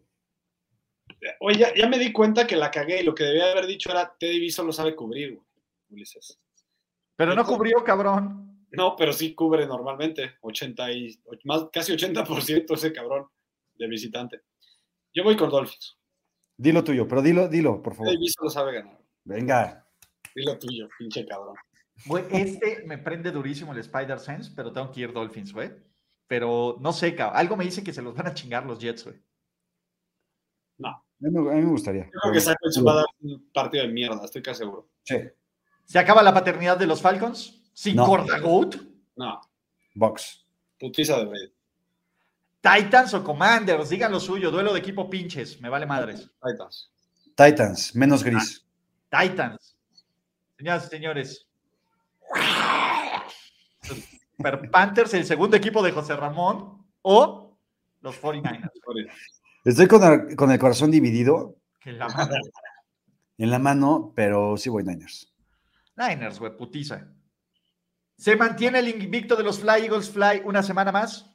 Oye, ya, ya me di cuenta que la cagué y lo que debía haber dicho era Teddy B solo sabe cubrir, güey, Ulises.
Pero no cubrió, cabrón.
No, pero sí cubre normalmente. 80 y, más, casi 80% ese cabrón de visitante. Yo voy con Dolphins.
Di lo tuyo, pero dilo, dilo, por favor.
Teddy B solo sabe ganar.
Venga.
Dilo tuyo, pinche cabrón.
Güey, este me prende durísimo el Spider-Sense, pero tengo que ir Dolphins, güey. Pero no sé, cabrón. Algo me dice que se los van a chingar los Jets, güey.
mí me- a mí me gustaría.
Yo creo que Simons va a dar un partido de mierda, estoy casi seguro.
Sí,
¿Se acaba la paternidad de los Falcons? ¿Sin
No.
corta Goat?
No,
Box.
putiza de Brady.
Titans o Commanders, digan lo suyo, duelo de equipo pinches, me vale madres.
Titans.
Titans, menos gris.
Ah.
Titans. Señoras y señores. Super Panthers, el segundo equipo de José Ramón, o los 49ers.
Sorry.
Estoy con el, con el corazón dividido
Que la madre.
en la mano, pero sí voy Niners.
Niners, güey, putiza. ¿Se mantiene el invicto de los Fly Eagles Fly una semana más?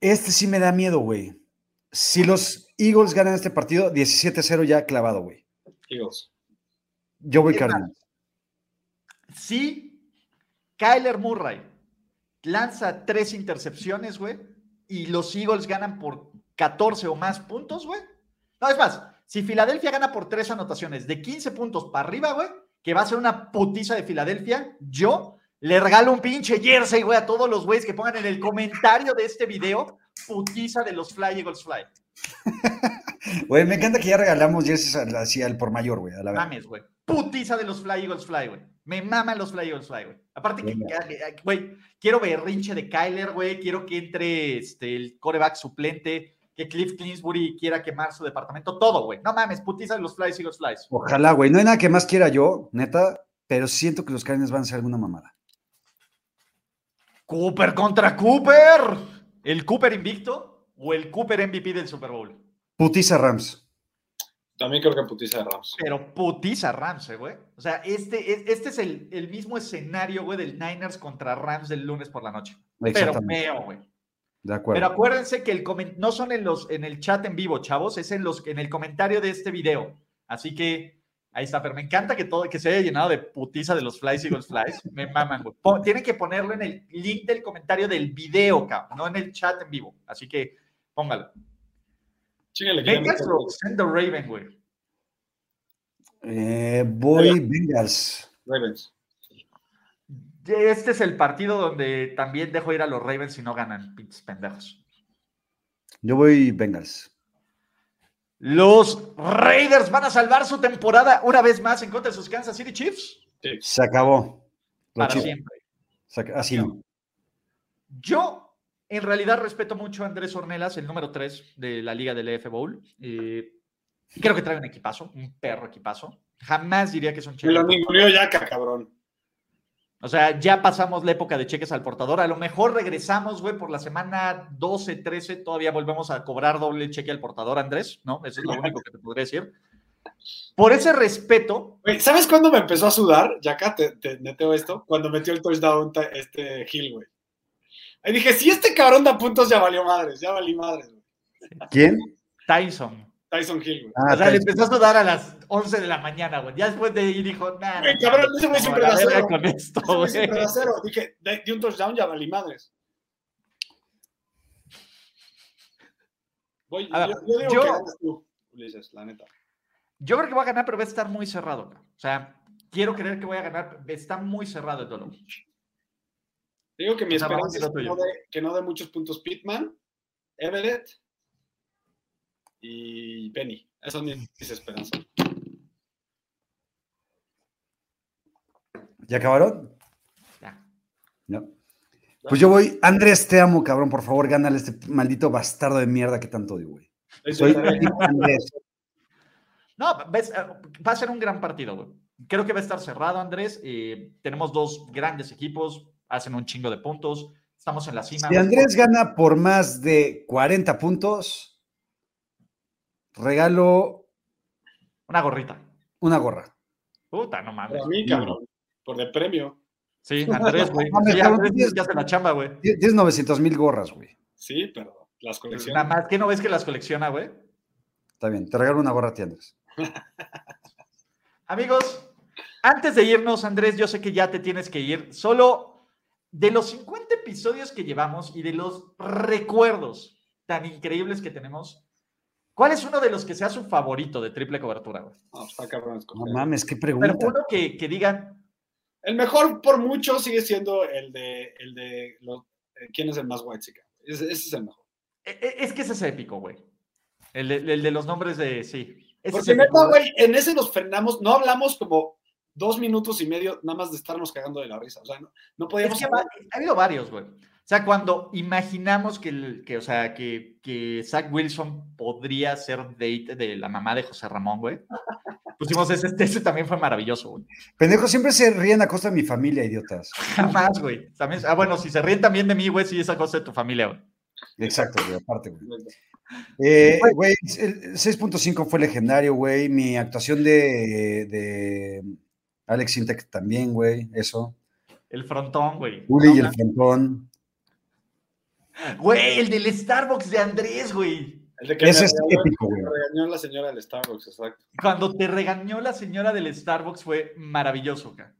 Este sí me da miedo, güey. Si los Eagles ganan este partido, 17-0 ya clavado, güey.
Eagles.
Yo voy
Es
Cardinals.
Sí, Kyler Murray lanza tres intercepciones, güey, y los Eagles ganan por 14 o más puntos, güey. No, es más, si Filadelfia gana por tres anotaciones de 15 puntos para arriba, güey, que va a ser una putiza de Filadelfia, yo le regalo un pinche jersey, güey, a todos los güeyes que pongan en el comentario de este video putiza de los Fly Eagles Fly.
Güey, me encanta que ya regalamos jerseys al- así al por mayor, güey. A la verdad.
mames, güey. Putiza de los Fly Eagles Fly, güey. Me maman los Fly Eagles Fly, güey. Aparte que, que- güey, quiero berrinche de Kyler, güey. Quiero que entre este, el coreback suplente, que Cliff Kingsbury quiera quemar su departamento, todo, güey. No mames, putiza de los Fly Eagles Flies.
Ojalá, güey. No hay nada que más quiera yo, neta, pero siento que los Cardinals van a ser alguna mamada.
Cooper contra Cooper. ¿El Cooper invicto o el Cooper MVP del Super Bowl?
Putiza Rams.
También creo que putiza de Rams.
Pero putiza Rams, eh, güey. O sea, este, es- este es el, el mismo escenario, güey, del Niners contra Rams del lunes por la noche. Pero
Exactamente.
feo, güey.
de acuerdo.
Pero acuérdense que el comen- no son en los en el chat en vivo, chavos, es en los en el comentario de este video. Así que ahí está, pero me encanta que todo que se haya llenado de putiza de los Flies Eagles Flies. Me maman, güey. Po- Tienen que ponerlo en el link del comentario del video, cabrón, no en el chat en vivo. Así que póngalo.
Chíguenle, que ya me
Vengas o
acuerdo.
send the Raven, güey.
Eh, voy Bengals.
Ravens.
Este es el partido donde también dejo ir a los Ravens si no ganan, pinches pendejos.
Yo voy Bengals.
Los Raiders van a salvar su temporada una vez más en contra de sus Kansas City Chiefs.
Se acabó.
Para
Los Chiefs.
siempre.
Se ac- Así no.
Yo, en realidad, respeto mucho a Andrés Ornelas, el número 3 de la Liga del EF Bowl. Eh, creo que trae un equipazo, un perro equipazo. Jamás diría que es un
Me lo
cheque.
ninguneó Yaka, cabrón.
O sea, ya pasamos la época de cheques al portador. A lo mejor regresamos, güey, por la semana 12, 13. Todavía volvemos a cobrar doble cheque al portador, Andrés, ¿no? Eso es lo único que te podría decir. Por ese respeto,
Güey, ¿Sabes cuándo me empezó a sudar? Yaka, te, te neteo esto. Cuando metió el touchdown ta- este Hill, güey. Ahí dije, si este cabrón da puntos, ya valió madres, ya valí madres, güey.
¿Quién?
Pues Tyson.
Tyson Hill, güey.
Ah,
o sea, le
Tyson.
empezó a sudar a las 11 de la mañana, güey. Ya después de ahí dijo, nada.
Güey, cabrón, ese güey siempre la cero.
con esto,
Ese güey siempre
Oh, güey.
da cero. Dije, de, de un touchdown, ya valí madres. Voy,
A ver,
yo, yo digo
Ah, yo-
que ganas tú, Ulises, la neta.
Yo creo que va a ganar, pero va a estar muy cerrado. cabrón. O sea, quiero creer que voy a ganar. Está muy cerrado el duelo.
Digo que mi
O sea, vamos
esperanza es
a
que
ir a
no, dé, que no dé muchos puntos Pittman, Everett y Penny. Esas son mis, mis esperanzas.
¿Ya acabaron?
Ya.
No. Pues yo voy, Andrés, te amo, cabrón, por favor, gánale a este maldito bastardo de mierda que tanto odio, güey. Soy Team Andrés.
No, ves, eh, va a ser un gran partido, güey. Creo que va a estar cerrado, Andrés. Eh, tenemos dos grandes equipos, hacen un chingo de puntos. Estamos en la cima.
Si Andrés gana por más de 40 puntos, regalo
Una gorrita.
una gorra.
Puta, no mames.
Para mí, cabrón. Por de premio.
Sí, Andrés, güey.
No mames,
Sí,
cabrón,
Andrés
tú tienes-
ya hace la chamba, güey.
Tie- Tienes 900 mil gorras, güey.
Sí, pero las
Nada
colecciones.
más, ¿qué no ves que las colecciona, güey?
Está bien, te regalo una gorra a ti, Andrés.
Amigos, antes de irnos, Andrés, yo sé que ya te tienes que ir. Solo de los 50 episodios que llevamos y de los recuerdos tan increíbles que tenemos, ¿cuál es uno de los que sea su favorito de triple cobertura? güey?
No, pues, está cabrón
No
escoger.
mames, qué
Pero
pregunta.
uno que, que digan,
El mejor por mucho sigue siendo el de, el de los, eh, quién es el más white chica. Ese, ese es el mejor.
"E- e- es que ese es épico, güey. El de, el de los nombres de. Sí. Ese
Porque
se me
neta,
ocurrió.
güey, en ese nos frenamos, no hablamos como dos minutos y medio nada más de estarnos cagando de la risa. O sea, no, no podíamos.
Es que va- ha habido varios, güey. O sea, cuando imaginamos que, el- que, o sea, que, que Zach Wilson podría ser date de la mamá de José Ramón, güey. Pusimos ese, este, ese también fue maravilloso, güey.
Pendejos siempre se ríen a costa de mi familia, idiotas.
Jamás, güey. También, ah, bueno, si se ríen también de mí, güey, sí, esa cosa de tu familia, güey.
Exacto, güey, aparte, güey. Eh, güey, el 6.5 fue legendario, güey. Mi actuación de, de Alex Sintek también, güey. Eso.
El frontón, güey.
Uli
No,
y el frontón.
Güey, el del Starbucks de Andrés, güey.
El de que
Ese
me
es
regañó-
épico, güey.
me regañó la señora del Starbucks, exacto.
Cuando te regañó la señora del Starbucks fue maravilloso, ca.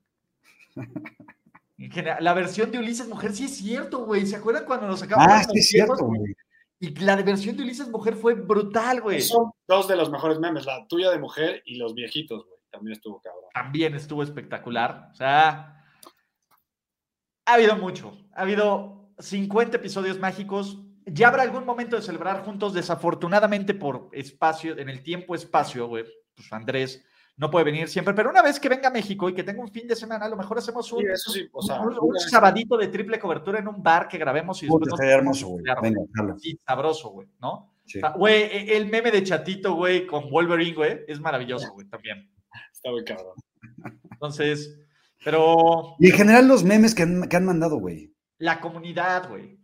En general, La versión de Ulises Mujer sí es cierto, güey. ¿Se acuerdan cuando nos sacamos?
Ah,
los
sí es
viejos,
cierto, güey.
Y la versión de Ulises Mujer fue brutal, güey.
Son dos de los mejores memes, la tuya de mujer y los viejitos, güey. También estuvo cabrón.
También estuvo espectacular. O sea, ha habido mucho. Ha habido 50 episodios mágicos. Ya habrá algún momento de celebrar juntos, desafortunadamente por espacio, en el tiempo-espacio, güey. Pues Andrés no puede venir siempre, pero una vez que venga a México y que tenga un fin de semana, a lo mejor hacemos un,
Sí, eso sí, o sea,
un, un sabadito de triple cobertura en un bar que grabemos y
Puta,
después nos
estaría hermoso, güey.
Claro,
Venga, jalo.
Sí, sabroso, güey, ¿no?
Sí.
O sea, Güey, e- el meme de chatito, güey, con Wolverine, güey, es maravilloso, güey, también.
está muy cabrón.
Entonces, pero
Y en general los memes que han, que han mandado, güey.
la comunidad, güey.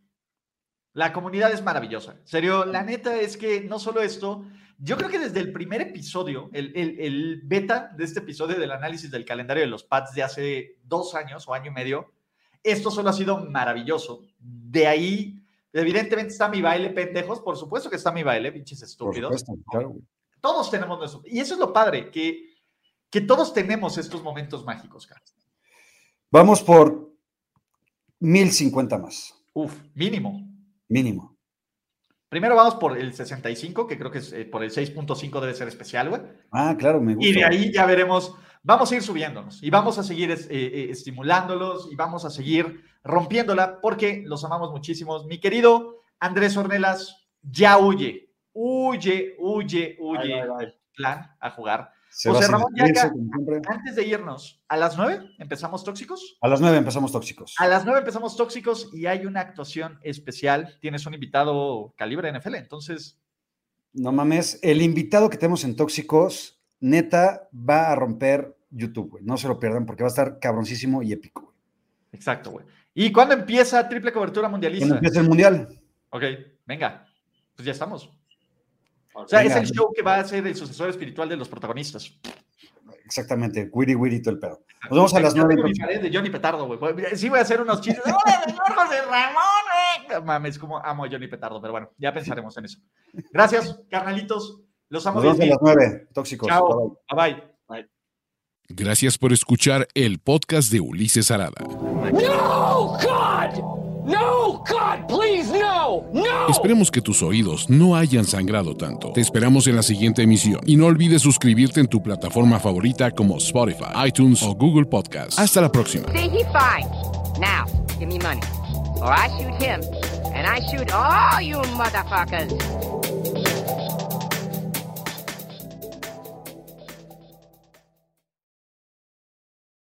La comunidad es maravillosa. En serio, la neta es que no solo esto, yo creo que desde el primer episodio, el, el- el beta de este episodio del análisis del calendario de los Pats de hace dos años o año y medio, esto solo ha sido maravilloso. De ahí, evidentemente está mi baile, pendejos. Por supuesto que está mi baile, pinches
Por
estúpidos.
supuesto, claro, güey.
Todos tenemos nuestro. Y eso es lo padre, que, que todos tenemos estos momentos mágicos, cara.
Vamos por 1050 más,
Uf, mínimo.
mínimo.
Primero vamos por el 65, que creo que es, eh, por el 6.5 debe ser especial, güey.
Ah, claro, me gusta.
Y de ahí ya veremos, vamos a ir subiéndonos y vamos a seguir es- eh, eh, estimulándolos y vamos a seguir rompiéndola porque los amamos muchísimo. Mi querido Andrés Ornelas ya huye, huye, huye,
Ahí
huye
va, ahí va.
del plan a jugar.
Se
José
va sin
Ramón Yaca.
despedirse, como siempre.
Antes de irnos, a las 9 empezamos tóxicos.
A las 9 empezamos tóxicos.
A las 9 empezamos tóxicos y hay una actuación especial. Tienes un invitado calibre NFL, entonces
No mames, el invitado que tenemos en Tóxicos, neta, va a romper YouTube, güey. No se lo pierdan porque va a estar cabroncísimo y épico. güey.
Exacto, güey. ¿Y cuándo empieza triple cobertura
Cuando
mundialista?
empiece el mundial.
Ok, venga. Pues ya estamos. O sea,
Venga.
es el show que va a ser el sucesor espiritual de los protagonistas.
Exactamente, wiri wiri todo el pedo. Nos vemos a las
Yo
9.
me ubicaré de Johnny Petardo, güey. Voy- Sí voy a hacer unos chistes. ¡Hola, señor José Ramón! eh! No Mames, como amo a Johnny Petardo, pero bueno, ya pensaremos en eso. Gracias, carnalitos. Los amo.
Nos vemos a
bien.
las 9. Tóxicos. Bye, bye.
Chao. Bye bye.
Gracias por escuchar el podcast de Ulises Arada.
No, God! No, God, please, no! No!
Esperemos que tus oídos no hayan sangrado tanto. Te esperamos en la siguiente emisión y no olvides suscribirte en tu plataforma favorita como Spotify, iTunes o Google Podcast. Hasta la próxima.
See, he fine. Now, give me money. Or I shoot him, and I shoot all you motherfuckers.